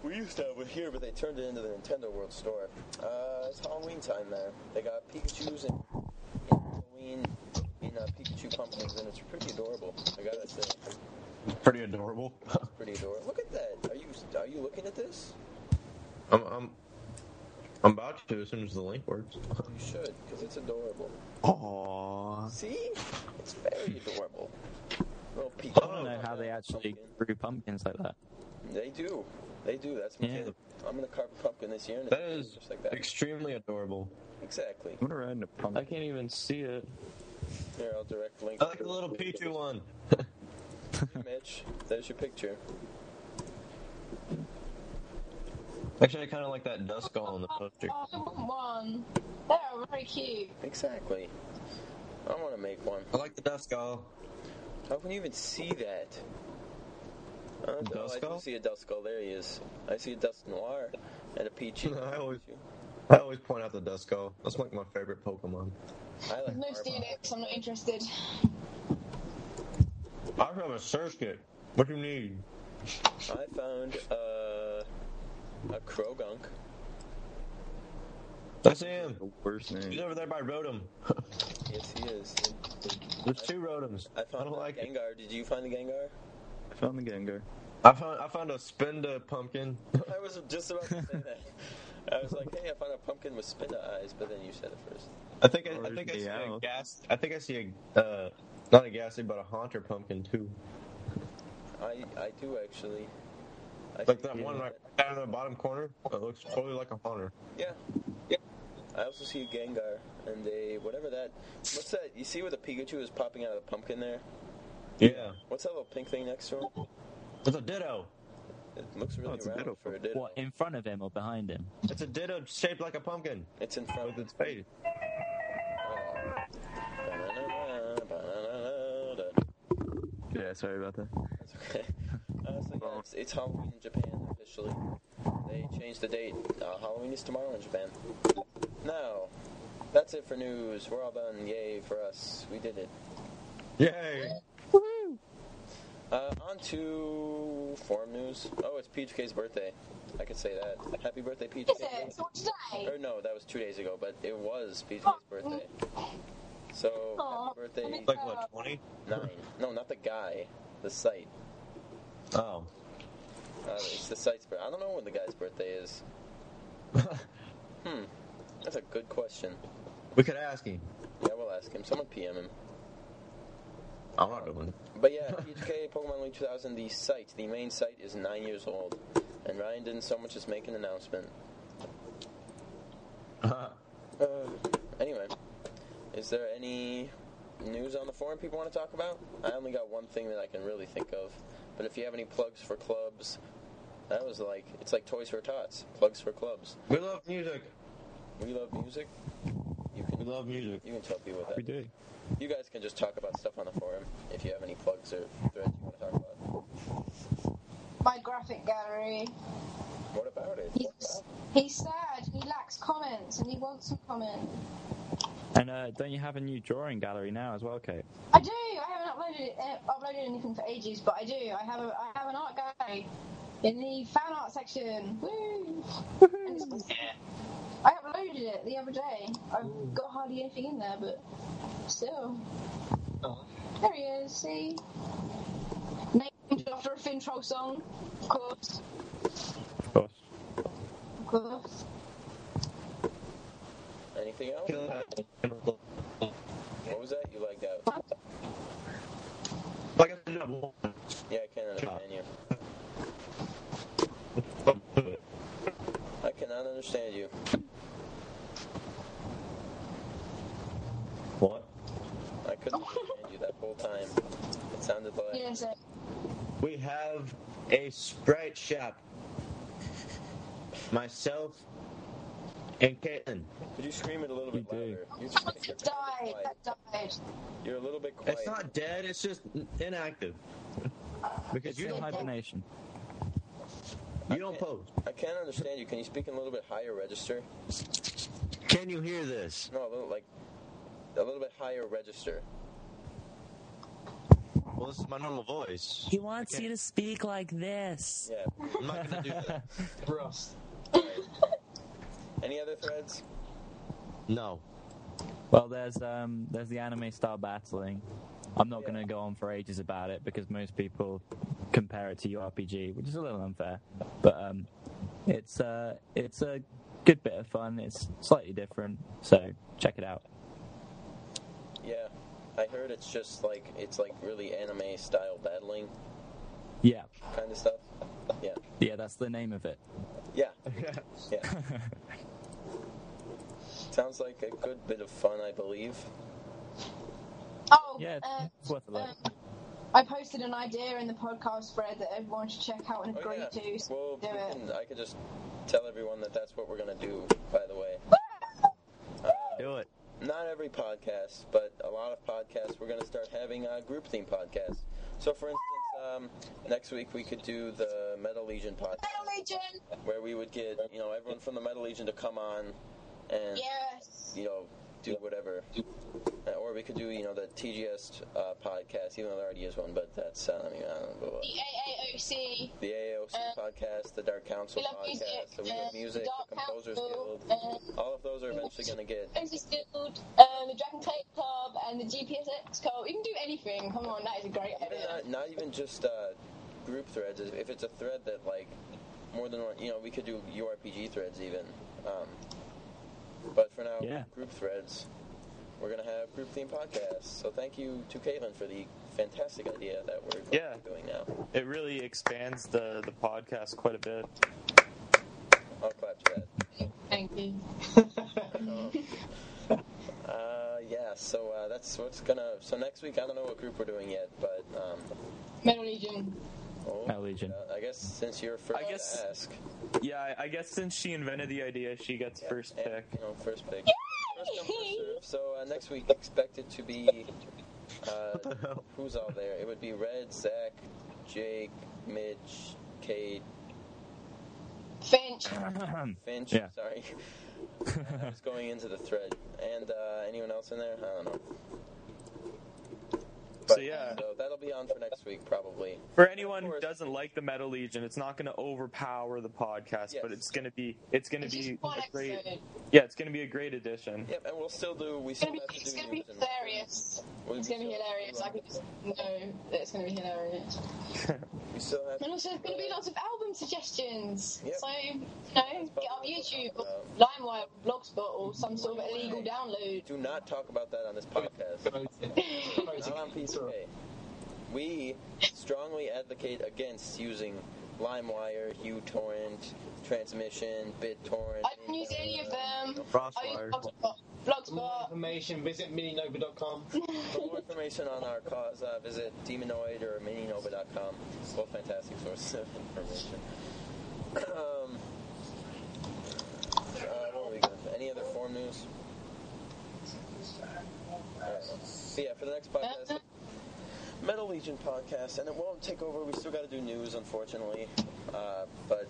we used to have it here, but they turned it into the Nintendo World Store. Uh, it's Halloween time there. They got Pikachu's and and Halloween in uh, Pikachu pumpkins, and it's pretty adorable. I gotta say, Pretty adorable. pretty adorable. Look at that. Are you are you looking at this? I'm, I'm, I'm about to as soon as the link works. You should, because it's adorable. Oh. Aww. See, it's very adorable. Little Pikachu. I don't know how they actually pumpkin. grew pumpkins like that. They do. They do. That's my Yeah. kid. I'm gonna carve a pumpkin this year. And That it's is just like that. extremely adorable. exactly. I'm gonna ride in a pumpkin. I can't even see it. Here, I'll direct link. I like the little Pichu one. Mitch, there's your picture. Actually, I kind of like that dust skull on the poster. Oh, I want one. They are very cute. Exactly. I want to make one. I like the dust skull. How can you even see that? Uh, oh, I do Duskull? see a Duskull. There he is. I see a Dust Noir and a Pichu. [LAUGHS] I always- I always point out the dust skull. That's like my favorite Pokemon. I like No Arbok. Steelix, I'm not interested. I have a search kit. What do you need? I found uh, a Krogunk. That's him. The worst He's name. over there by Rotom. Yes, he is. There's two Rotoms. I I, found don't a like it. Gengar. Did you find the Gengar? I found the Gengar. I found I found a Spinda pumpkin. I was just about to say that. I was like, hey, I found a pumpkin with spinda eyes, but then you said it first. I think I, I Or think I see a Meowth. gas. I think I see a uh, not a ghastly, but a haunter pumpkin too. I I do actually. I Like think- that one right down in the bottom corner. It looks totally like a haunter. Yeah. Yeah. I also see a Gengar and a whatever that. What's that? You see where the Pikachu is popping out of the pumpkin there? Yeah, What's that little pink thing next to him? it's a ditto. It looks Oh, really it's a round ditto. for a ditto. What, in front of him or behind him? It's a ditto shaped like a pumpkin It's in front with of it. its face. Yeah, sorry about that. It's okay. [LAUGHS] Uh, so yeah, it's, it's Halloween in Japan officially. They changed the date. Uh, Halloween is tomorrow in Japan. Now, that's it for news. We're all done. Yay for us. We did it. Yay! Uh, on to forum news. Oh, it's Peach K's birthday. I could say that. Happy birthday, Peach Is K. it? So today? Or no, that was two days ago, but it was Peach K's Oh, birthday. So Aw. happy birthday Like what, twenty? nine. No, not the guy. The site. Oh. Uh, it's the site's birthday. I don't know when the guy's birthday is. hmm. That's a good question. We could ask him. Yeah, we'll ask him. Someone PM him. I'm not doing it. But yeah, PHK Pokemon League 2000, the site, the main site is nine years old. And Ryan didn't so much as make an announcement. Uh, anyway, is there any news on the forum people want to talk about? I only got one thing that I can really think of. But if you have any plugs for clubs, that was like, it's like Toys for Tots, plugs for clubs. [LAUGHS] We love music. We love music. You can, We love music. you can tell people We that. do. You guys can just talk about stuff on the forum if you have any plugs or threads you want to talk about. My graphic gallery. What about it? What about He's, he's sad. He lacks comments, and he wants some comments. And uh, don't you have a new drawing gallery now as well, Kate? I do. I haven't uploaded uh, uploaded anything for ages, but I do. I have a I have an art gallery in the fan art section. Woo! And it's- I uploaded it the other day. I've got hardly anything in there, but still. There he is. See, named after a Fintroll song, of course, Of course. of course. Anything else? What was that? You lagged out. Like I said, no, Yeah, I can't understand you. I cannot understand you. What? I couldn't understand you that whole time. It sounded like Yes, uh, We have a Sprite shop. Myself and Caitlin. Could you scream it a little bit You do. louder? You sound like you're, that kind of died. quiet. That died. you're a little bit quiet. It's not dead, it's just inactive. Because It's you in don't, hibernation. you don't post. I can't understand you. Can you speak in a little bit higher register? Can you hear this? No, a little like a little bit higher register. Well, this is my normal voice. He wants you to speak like this. Yeah. I'm not gonna do [LAUGHS] that. Brust. [LAUGHS] Any other threads? No. Well, there's um, there's the anime style battling. I'm not Yeah. going to go on for ages about it because most people compare it to URPG, which is a little unfair. But um, it's uh, it's a good bit of fun. It's slightly different, so check it out. Yeah. I heard it's just like it's like really anime style battling Yeah, kind of stuff. Yeah. yeah, that's the name of it. [LAUGHS] Yeah. yeah. Sounds like a good bit of fun, I believe. Oh, Yeah, it's, uh, it's worth a look. Um, I posted an idea in the podcast spread that everyone should check out and Oh, agree yeah. to. so Well, do we it. can, I could just tell everyone that that's what we're going to do, by the way. Do [CLEARS THROAT] it. Not every podcast, but a lot of podcasts, we're going to start having uh, group theme podcasts. So, for instance, um, next week we could do the Metal Legion podcast, Metal Legion! where we would get, you know, everyone from the Metal Legion to come on and Yes! you know, do whatever. Uh, Or we could do, you know, the TGS uh, podcast, even though there already is one, but that's, uh, I mean, I don't know. blah, blah. The AAOC, The AOC Uh, podcast, the Dark Council We Love podcast, Music, the We Love uh, Music, Dark the Composers Council, Guild. uh, All of those are eventually going to get. Princess Guild, um, the Dragon Tape Club, and the GPSX Club. You can do anything. Come on, that is a great Even idea. not, not even just uh, group threads. If if it's a thread that, like, more than one, you know, we could do URPG threads even. Um, but for now, Yeah. group threads. We're going to have group theme podcasts. So thank you to Caitlin for the fantastic idea that we're going to be Yeah. doing now. It really expands the, the podcast quite a bit. I'll clap to that. Thank you. [LAUGHS] Uh, yeah, so uh, that's what's gonna. So next week, I don't know what group we're doing yet, but um, Metal Legion. oh, Metal Legion. uh, I guess since you're first I guess- to ask, Yeah, I- I guess since she invented the idea, she gets yeah, first and, pick. You know, first pick. First come, first serve. So uh, next week, expected to be uh, who's all there? It would be Red, Zach, Jake, Mitch, Kate, Finch. Finch. Yeah. Sorry, I was uh, going into the thread, and uh, anyone else in there? I don't know. But But, So, yeah. So that'll be on for next week, probably. For anyone Of who course. doesn't like the Meta Legion, it's not going to overpower the podcast, Yes. but it's going to be it's going to It's just be one a great episode. yeah, it's going to be a great addition. Yep, and we'll still do. We It's still gonna be, have to it's do gonna be news and- hilarious. we It's gonna be still have to hilarious. do I can just know that it's gonna be hilarious. We still have And also, there's gonna be lots of album suggestions. Yep. So, you know, get on YouTube, or LimeWire, Blogspot, or some sort of illegal download. Do not talk about that on this podcast. Not on PCK. We strongly advocate against using LimeWire, uTorrent, Transmission, BitTorrent. I don't use any of them. I use Crossfire. Blogspot. For more Blogspot. information, visit mininova.com. For more information on our cause, uh, visit demonoid or mininova.com. Both fantastic sources of information. um, uh, what are we going Any other form news? Uh, so yeah, for the next podcast, Metal Legion podcast, and it won't take over. We still got to do news, unfortunately, uh, but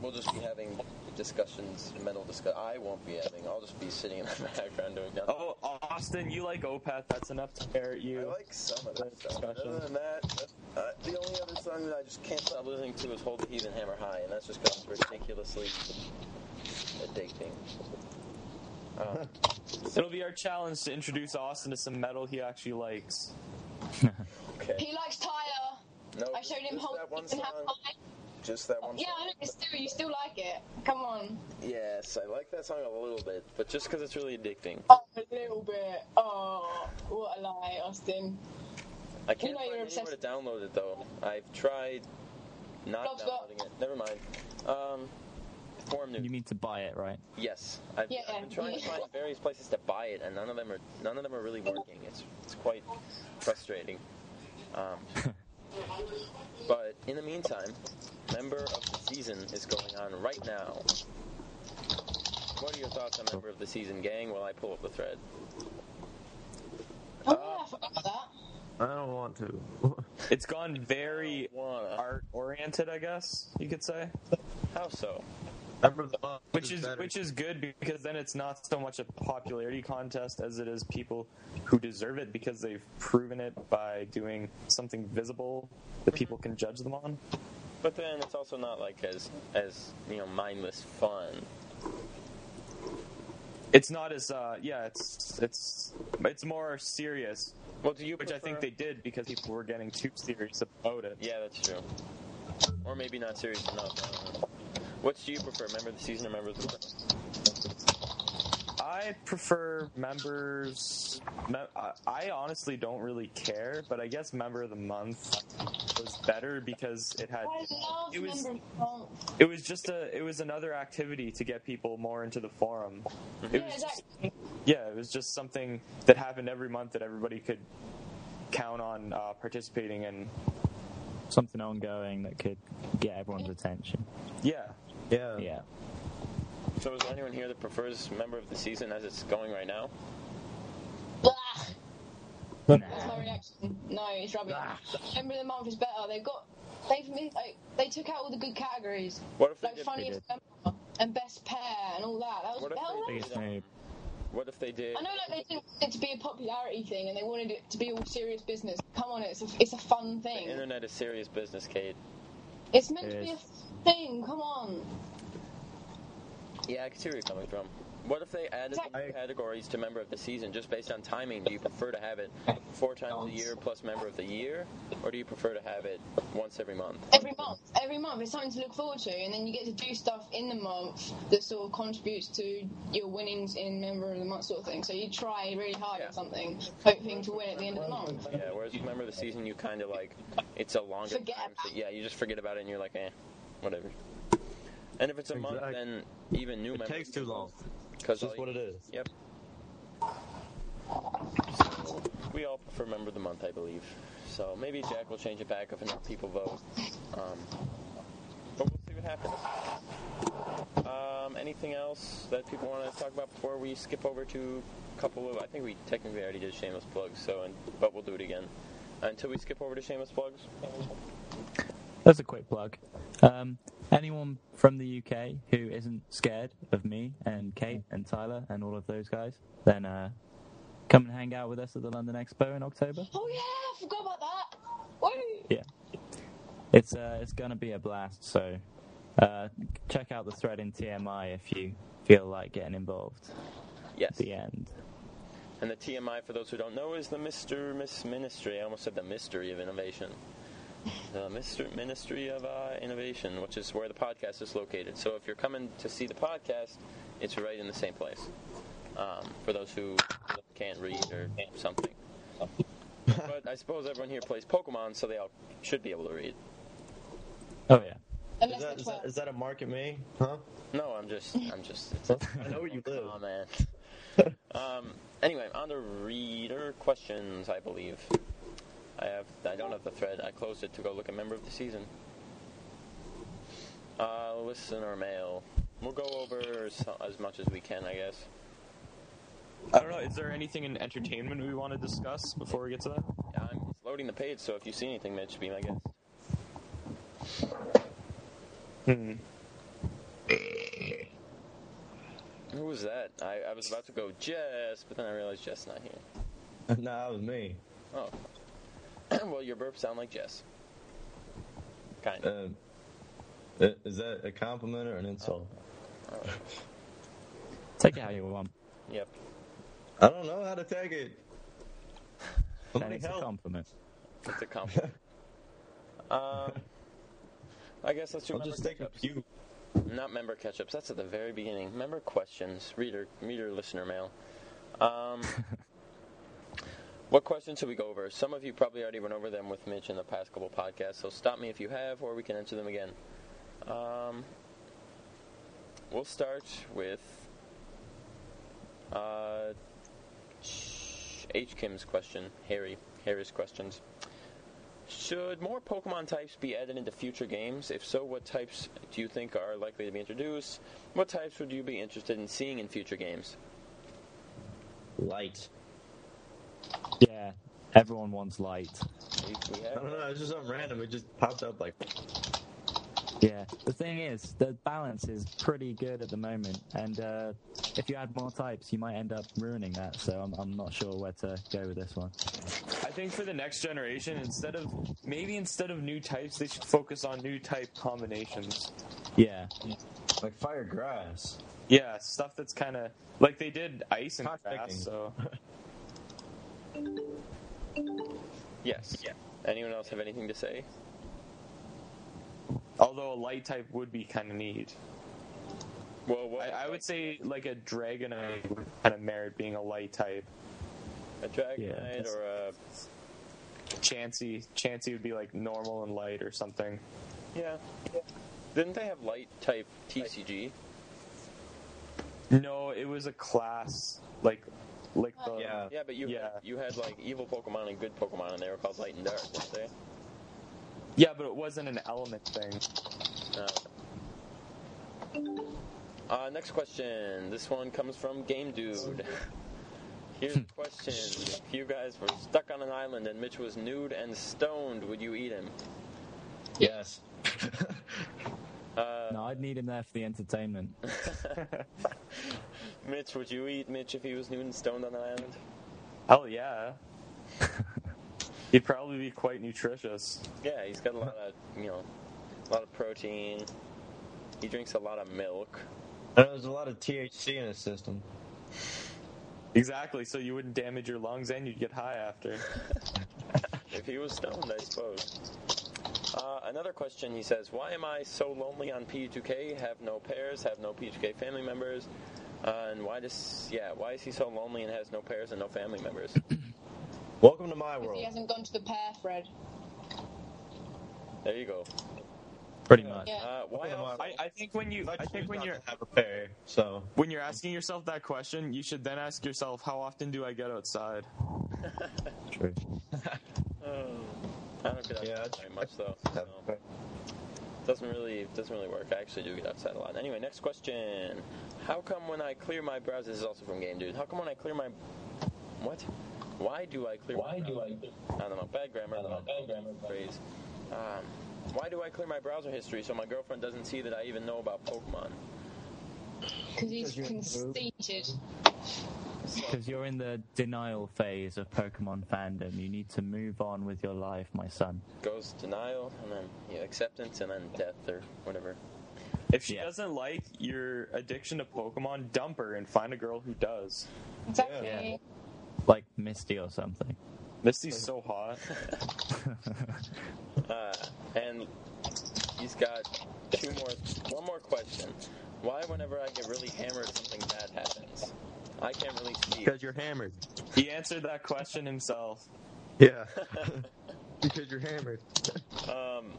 we'll just be having discussions, metal discuss. I won't be having. I'll just be sitting in the [LAUGHS] background doing nothing. Oh, Austin, you like Opeth? That's enough to parrot I you. like some of that Good stuff. discussion. Other than that, uh, the only other song that I just can't stop listening to is "Hold the Heathen Hammer High," and that's just gotten ridiculously addicting. Um, It'll be our challenge to introduce Austin to some metal he actually likes. okay, He likes Tyler. no, I just, showed him just whole that one and song. how high. Just that one. Yeah, I song. know, but still, you still like it. Come on. Yes, I like that song a little bit, but just because it's really addicting. Oh, a little bit. Oh, what a lie, Austin. I can't know find you're anywhere obsessed. to download it though. I've tried not Blogspot. downloading it. Never mind. Um, form news. You mean to buy it, right? Yes, I've, Yeah, I've been trying to yeah. find various places to buy it, and none of them are none of them are really working. It's it's quite frustrating. Um, [LAUGHS] but in the meantime, member of the season is going on right now. What are your thoughts on member of the season, gang? While I pull up the thread, Oh, yeah, I forgot that. I don't want to. It's gone very Wanna. art oriented, I guess you could say, how so? Remember the month which is better. which is good because then it's not so much a popularity contest as it is people who deserve it because they've proven it by doing something visible that Mm-hmm. people can judge them on. But then it's also not like as as you know mindless fun. It's not as uh, yeah, it's it's it's more serious, Well, do you? which I prefer- think they did because people were getting too serious about it. Yeah, that's true. Or maybe not serious enough. I don't know. Which do you prefer, member of the season or member of the summer? I prefer members. Me- I- I honestly don't really care, but I guess member of the month was better because it had I love It was- member of the month. it was just a it was another activity to get people more into the forum. It Mm-hmm. Yeah, was just, exactly. yeah, it was just something that happened every month that everybody could count on uh, participating in. Something ongoing that could get everyone's attention. Yeah, Yeah. Yeah. So is there anyone here that prefers member of the season as it's going right now? Blah. Nah. That's my reaction. No, it's rubbish. Member of the month is better. They've got. They've made, like, they took out all the good categories, What if they like did? funniest member and best pair and all that. That was What that was if Biggest they did? noob. um, What if they did? I know, like they didn't want it to be a popularity thing, and they wanted it to be all serious business. Come on, it's a, it's a fun The thing. internet is serious business, Kate. It's meant to It be a is. thing. Come on. Yeah, I can see where you're coming from. What if they added Exactly. new categories to member of the season just based on timing? Do you prefer to have it four times a year plus member of the year, or do you prefer to have it once every month? Every month, every month, it's something to look forward to, and then you get to do stuff in the month that sort of contributes to your winnings in member of the month sort of thing. So you try really hard Yeah. at something, hoping to win at the end of the month. Yeah, whereas with member of the season, you kind of like it's a longer Forget time. about yeah, you just forget about it and you're like, eh, whatever. And if it's a month, Exact- then even new It members. takes too long. Because That's just what it is. Yep. We all prefer member of the month, I believe. So maybe Jack will change it back if enough people vote. Um, but we'll see what happens. Um, anything else that people want to talk about before we skip over to a couple of? I think we technically already did shameless plugs. So, and, but we'll do it again until we skip over to shameless plugs. That's a quick plug. Um, anyone from the UK who isn't scared of me and Kate and Tyler and all of those guys, then uh, Come and hang out with us at the London Expo in October. Oh yeah, I forgot about that. Woo! Yeah, it's uh, it's gonna be a blast. So uh, check out the thread in TMI if you feel like getting involved. Yes. At the end. And the TMI, for those who don't know, is the Mr. Miss Ministry. I almost said the Mystery of Innovation. The Mr. Ministry of uh, Innovation, which is where the podcast is located. So if you're coming to see the podcast, it's right in the same place. Um, for those who can't read or something. but I suppose everyone here plays Pokemon, so they all should be able to read. Oh yeah. Is Unless that, they're is, that, 12. is that a mark at me? Huh? No, I'm just, I'm just. It's, I know where [LAUGHS] you live. oh man. um. Anyway, on to reader questions, I believe. I have. I don't have the thread. I closed it to go look at member of the season. Uh, listener mail. We'll go over so- as much as we can, I guess. I don't know. Is there anything in entertainment we want to discuss before we get to that? I'm it's loading the page, so if you see anything, Mitch, be my guest. Hmm. Who was that? I, I was about to go Jess, but then I realized Jess not here. no, that was me. Oh. [COUGHS] well, your burps sound like Jess. Kind of. Uh, i- is that a compliment or an insult? Take it how you want. Yep. I don't know how to take it. Then Somebody it's a help. compliment. It's a compliment. [LAUGHS] um, I guess let's do I'll member just take a catch-ups. pew. Not member catch-ups. That's at the very beginning. Member questions. Reader, reader, listener mail. Um, [LAUGHS] what questions should we go over? Some of you probably already went over them with Mitch in the past couple podcasts, so stop me if you have, or we can answer them again. Um, we'll start with uh, H. Kim's question, Harry, Harry's questions. Should more Pokemon types be added into future games? If so, what types do you think are likely to be introduced? What types would you be interested in seeing in future games? Light. Yeah. Everyone wants light. We, we I don't have, know. It's just something random. It just popped up like. Yeah, the thing is, the balance is pretty good at the moment, and uh, if you add more types, you might end up ruining that. So I'm, I'm not sure where to go with this one. I think for the next generation, instead of maybe instead of new types, they should focus on new type combinations. Yeah, Like fire grass. Yeah, stuff that's kind of like they did ice and Hot grass. picking. So yes. Yeah. Anyone else have anything to say? although a light type would be kind of neat. Well, what, I, I would say like a Dragonite would kind of merit being a light type. a Dragonite that's- or a Chansey, Chansey would be like normal and light or something. yeah. Didn't they have light type TCG? No, it was a class like like the Yeah. Yeah, but you Yeah. you had like evil Pokemon and good Pokemon, and they were called light and dark, weren't they? yeah, but it wasn't an element thing. Uh, Uh, next question. This one comes from Game Dude. [LAUGHS] Here's the question: If you guys were stuck on an island and Mitch was nude and stoned, would you eat him? Yes. Uh, no, I'd need him there for the entertainment. Mitch, would you eat Mitch if he was nude and stoned on an island? Hell [LAUGHS] yeah. He'd probably be quite nutritious. Yeah, he's got a lot of you know, a lot of protein. He drinks a lot of milk. And there's a lot of THC in his system. Exactly, so you wouldn't damage your lungs and you'd get high after. If [LAUGHS] he was stoned, I suppose. Uh, another question he says, Why am I so lonely on P2K? Have no pairs, have no P2K family members. Uh, and why does, yeah, why is he so lonely and has no pairs and no family members? Welcome to my He world. hasn't gone to the pair thread. There you go. Pretty much. Yeah. Uh-huh. Uh, why else? I, I think when you I think when you're I have a pair, so when you're asking yourself that question, you should then ask yourself, How often do I get outside? True. I don't get outside Yeah, that's- very much though. I have so. a pair. Doesn't really doesn't really work. I actually do get outside a lot. Anyway, next question. How come when I clear my browser this is also from Game Dude. How come when I clear my what? Why do I clear my browser? I don't know, bad grammar. I don't know, bad grammar phrase. Um, why do I clear my browser history so my girlfriend doesn't see that I even know about Pokemon? Because he's conceited. Because you're in the denial phase of Pokemon fandom. You need to move on with your life, my son. Goes denial and then you know, acceptance and then death or whatever. If she Yeah. doesn't like your addiction to Pokemon, dump her and find a girl who does. Exactly. Yeah. Like Misty or something. Misty's so hot. Uh, and he's got two more, one more question. Why, whenever I get really hammered, something bad happens? I can't really speak. Because you're hammered. He answered that question himself. Yeah. because you're hammered. Um,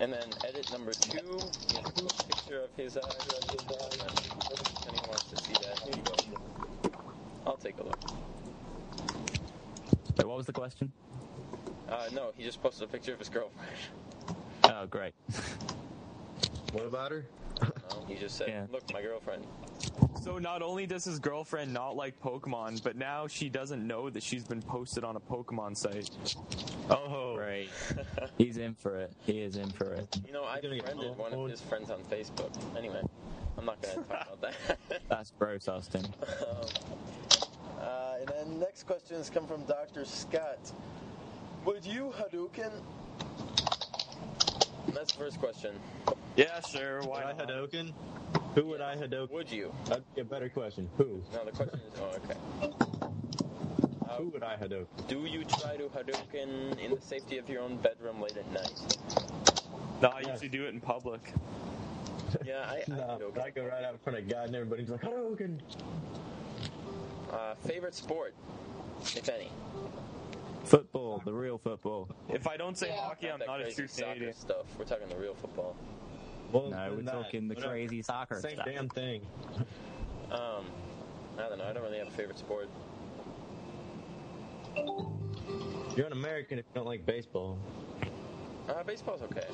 and then edit number two, you know, picture of his eyes. If anyone wants to see that, here you go. I'll take a look. Wait, what was the question? Uh, no, he just posted a picture of his girlfriend. [LAUGHS] Oh, great. What about her? No, he just said, Yeah. "Look, my girlfriend." So not only does his girlfriend not like Pokemon, but now she doesn't know that she's been posted on a Pokemon site. Oh. Great. He's in for it. He is in for it. You know, I gonna get friended one of awful. his friends on Facebook. Anyway, I'm not gonna talk about that. [LAUGHS] That's gross, Austin. Uh, and then next questions come from Dr. Scott. Would you Hadouken? That's the first question. Yeah, sure. Why Would I not? Hadoken? Who would I Hadoken? Would you? That'd be a better question. Who? No, the question is, oh, okay. Who would I Hadoken? Do you try to Hadouken in the safety of your own bedroom late at night? No, I usually do it in public. Yeah, [LAUGHS] I, I No, Hadouken. I go right out in front of God and everybody's like, Hadoken. Uh, favorite sport, if any? Football, the real football. If I don't say Yeah. hockey, I'm that not a crazy true soccer Canadian. stuff. We're talking the real football. Well, No, then we're that, talking the whatever. crazy soccer Same stuff. damn thing. Um, I don't know. I don't really have a favorite sport. You're an American if you don't like baseball. Uh, baseball's okay.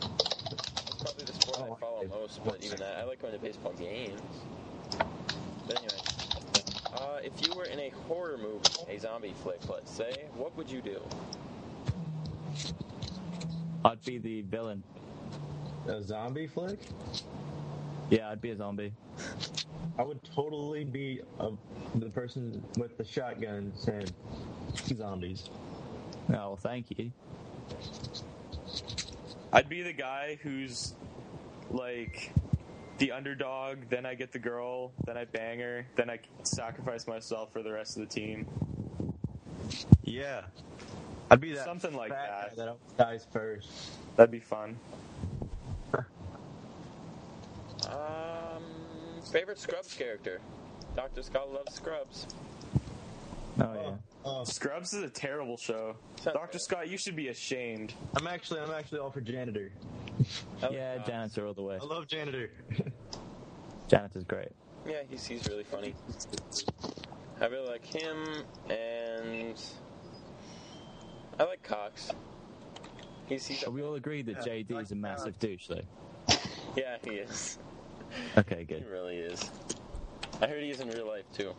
It's probably the sport I follow most, but even that, I like going to baseball games. But anyway, uh, if you were in a horror movie, a zombie flick, let's say, what would you do? I'd be the villain. A zombie flick? Yeah, I'd be a zombie. I would totally be a, the person with the shotgun saying, zombies. Oh, well, thank you. I'd be the guy who's like the underdog, then I get the girl, then I bang her, then I sacrifice myself for the rest of the team. Yeah. I'd be that Something like fat that. guy that dies first. That'd be fun. Um, favorite Scrubs character? Dr. Scott loves Scrubs. Oh, yeah. Oh, Scrubs is a terrible show. Sounds Dr. bad. Scott, you should be ashamed. I'm actually, I'm actually all for janitor. I like Oh, Yeah, Scott. janitor all the way. I love janitor. Janitor's great. Yeah, he's, he's really funny. I really like him, and I like Cox. He's, he's But we all agree that Yeah, JD's a massive douche, though. yeah, he is. Okay, He good. really is. I heard he is in real life too.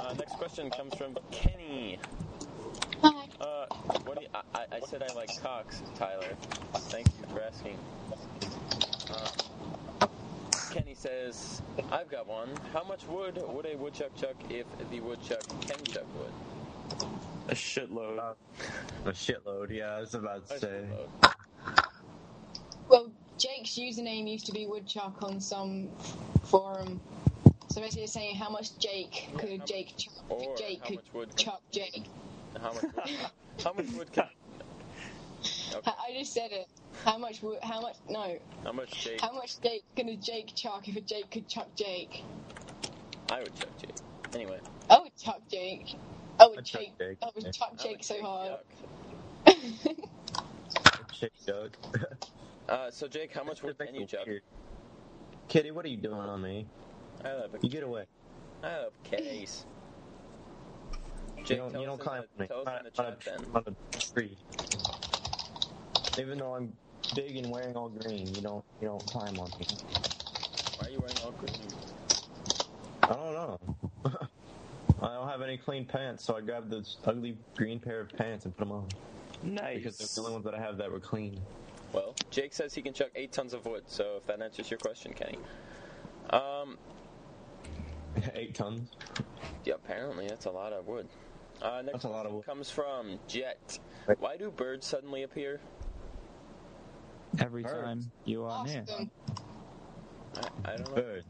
Uh, next question comes from Kenny. Hi. Uh, what do you, I- I, I said I like Cox, Tyler. Thank you for asking. Uh, Kenny says, "I've got one. How much wood would a woodchuck chuck if the woodchuck can chuck wood?" A shitload. Uh, [LAUGHS] A shitload, yeah, I was about to say. Well, Jake's username used to be Woodchuck on some forum. So basically, it's saying how much Jake how could much- Jake chuck, or Jake how could much wood- chuck Jake. How much? Wood, how much wood can? I, I just said it. How much? wo- How much? No. How much Jake? How much Jake gonna Jake chuck if a Jake could chuck Jake? I would chuck Jake. Anyway. I would chuck Jake. I would I'd chuck Jake. Jake. I would chuck I Jake would so Jake hard. chuck. Shit, Doug. Uh, so Jake, how much wood [LAUGHS] That's can you chuck? weird. Kitty, what are you doing on me? I love a, You get away. I love case. You Jake, don't, tell you us don't in climb the, me. Uh, Tell us in the on, chat then. a, on a tree. Even though I'm big and wearing all green, you don't you don't climb on me. Why are you wearing all green? I don't know. [LAUGHS] I don't have any clean pants, so I grabbed this ugly green pair of pants and put them on because they're nice. the only ones that I have that were clean. [LAUGHS] Well, Jake says he can chuck eight tons of wood. So if that answers your question, Kenny. Um, Eight tons. Yeah, apparently that's a lot of wood. Uh, next That's a lot of wood. comes from Jet. Wait. Why do birds suddenly appear? Every Birds. time you Oh, [LAUGHS] are near. Austin. I, I don't know. Birds.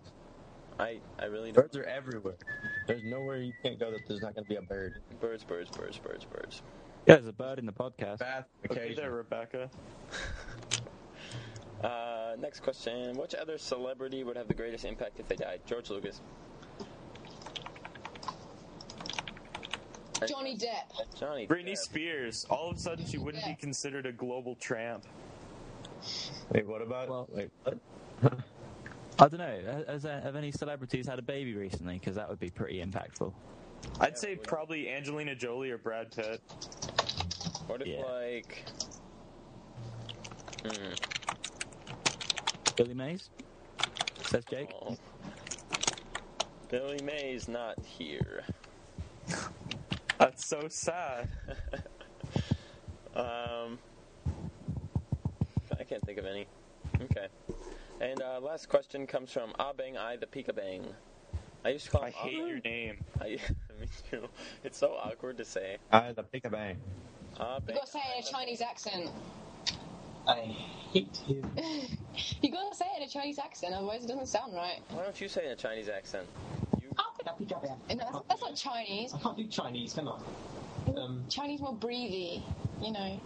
I, I really don't. Birds are everywhere. There's nowhere you can't go that there's not going to be a bird. Birds, birds, birds, birds, birds. Yeah, there's a bird in the podcast. Bath Okay, there, occasion. Rebecca. Uh, next question. Which other celebrity would have the greatest impact if they died? George Lucas. Johnny Depp. Johnny. Britney Depp. Spears. All of a sudden, she wouldn't be Yeah. considered a global tramp. Wait, what about? Well- wait, what? [LAUGHS] I don't know. Has, uh, have any celebrities had a baby recently? Because that would be pretty impactful. I'd say probably Angelina Jolie or Brad Pitt. What if Yeah. like? Hmm. Billy Mays? Says Jake. oh. Billy May's not here. That's so sad. Um, I can't think of any. Okay. And uh, last question comes from Abang I the Pika Bang. I used to Oh, call I him hate uh-huh. Abang. your name. [LAUGHS] I, [LAUGHS] me too. It's so awkward to say. I the pick a bang. You Abang. gotta say it in a Chinese accent. I hate him. You gotta say it in a Chinese accent, otherwise it doesn't sound right. Why don't you say it in a Chinese accent? You, And that's, that's not Chinese. I can't do Chinese, can I? Um, Chinese more breathy, [LAUGHS] you know.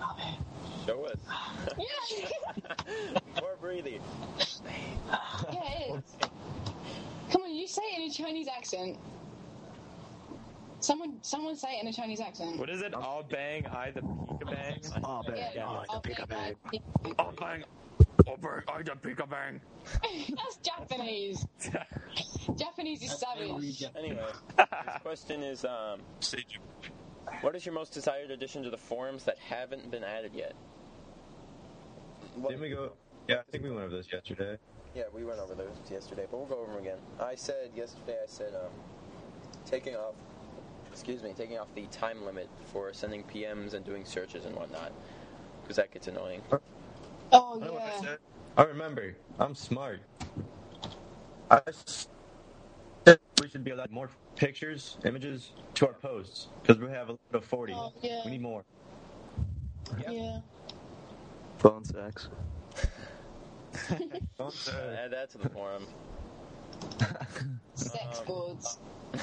show us. Yeah, [LAUGHS] More breathy. yeah, it is. Come on, you say it in a Chinese accent. Someone, someone say it in a Chinese accent. What is it? All bang, I the pika bang. Oh, bang. Yeah, Oh Yeah, I'll like a take pika that. bang. All bang, all bang, I the pika bang. Oh. That's Japanese. Japanese is savage. Anyway, this question is um, what is your most desired addition to the forums that haven't been added yet? What- Didn't we go? Yeah, I think we went over this yesterday. Yeah, we went over those yesterday, but we'll go over them again. I said yesterday, I said um, taking off, excuse me, taking off the time limit for sending PMs and doing searches and whatnot, because that gets annoying. Oh I know what I yeah. said. I remember. I'm smart. I said we should be allowed more pictures, images to our posts because we have a limit of 40. Oh, yeah. We need more. Yeah. Phone sex. Don't, Uh, uh, add that to the forum. Sex boards. [LAUGHS]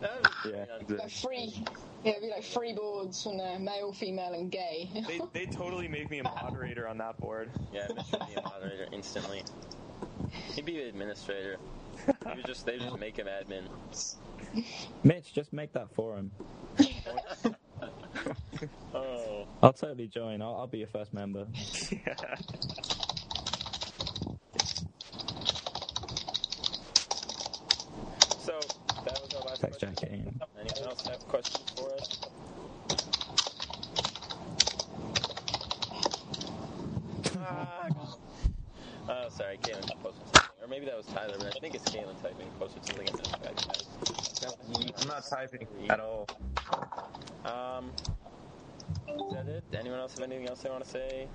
That was Yeah. pretty Like free. Yeah, it'd be like free boards from there, male, female, and gay. [LAUGHS] [LAUGHS] They, they totally make me a moderator on that [LAUGHS] board. un- Yeah, Mitch would be a moderator instantly. He'd be an administrator. He would just they just make him admin. Mitch, just make that forum. Oh, I'll totally join. I'll, I'll be your first member. Yeah. so that was our last Sex question. jacket. Ian. Anyone else have questions for us? Ah, Oh, sorry, Caitlin posted something. Or maybe that was Tyler, but I think it's Caitlin typing. Posted something in the I'm not typing at all. back. Um, is that it? Anyone else have anything else they want to say?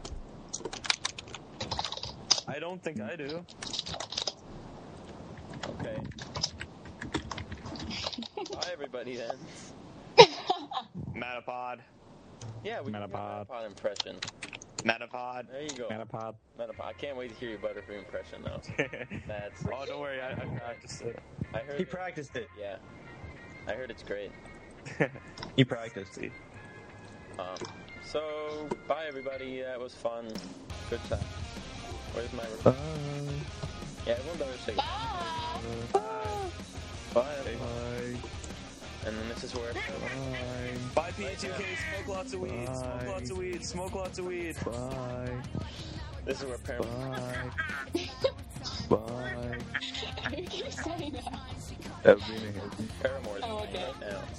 I don't think I do. Okay. Bye, everybody, then. Metapod. Yeah, we can Metapod. Metapod impression. [LAUGHS] Metapod. There you go. Metapod. Metapod. I can't wait to hear your Butterfree impression, though. That's. oh, don't worry. I, I practiced it. I heard. He it- practiced it. Yeah. I heard it's great. He practiced. See. Um, so, bye everybody. That was fun. Good time. Where's my? Yeah, everyone better say bye. Bye. everyone. And then this is where. Bye, P2K. Smoke lots of weed. Smoke lots of weed. Smoke lots of weed. Bye. This is where parents. [LAUGHS] Bye. Bye. [LAUGHS] Who keeps saying that? That would be me. Paramore's Oh, okay. right now. Oh, Uh,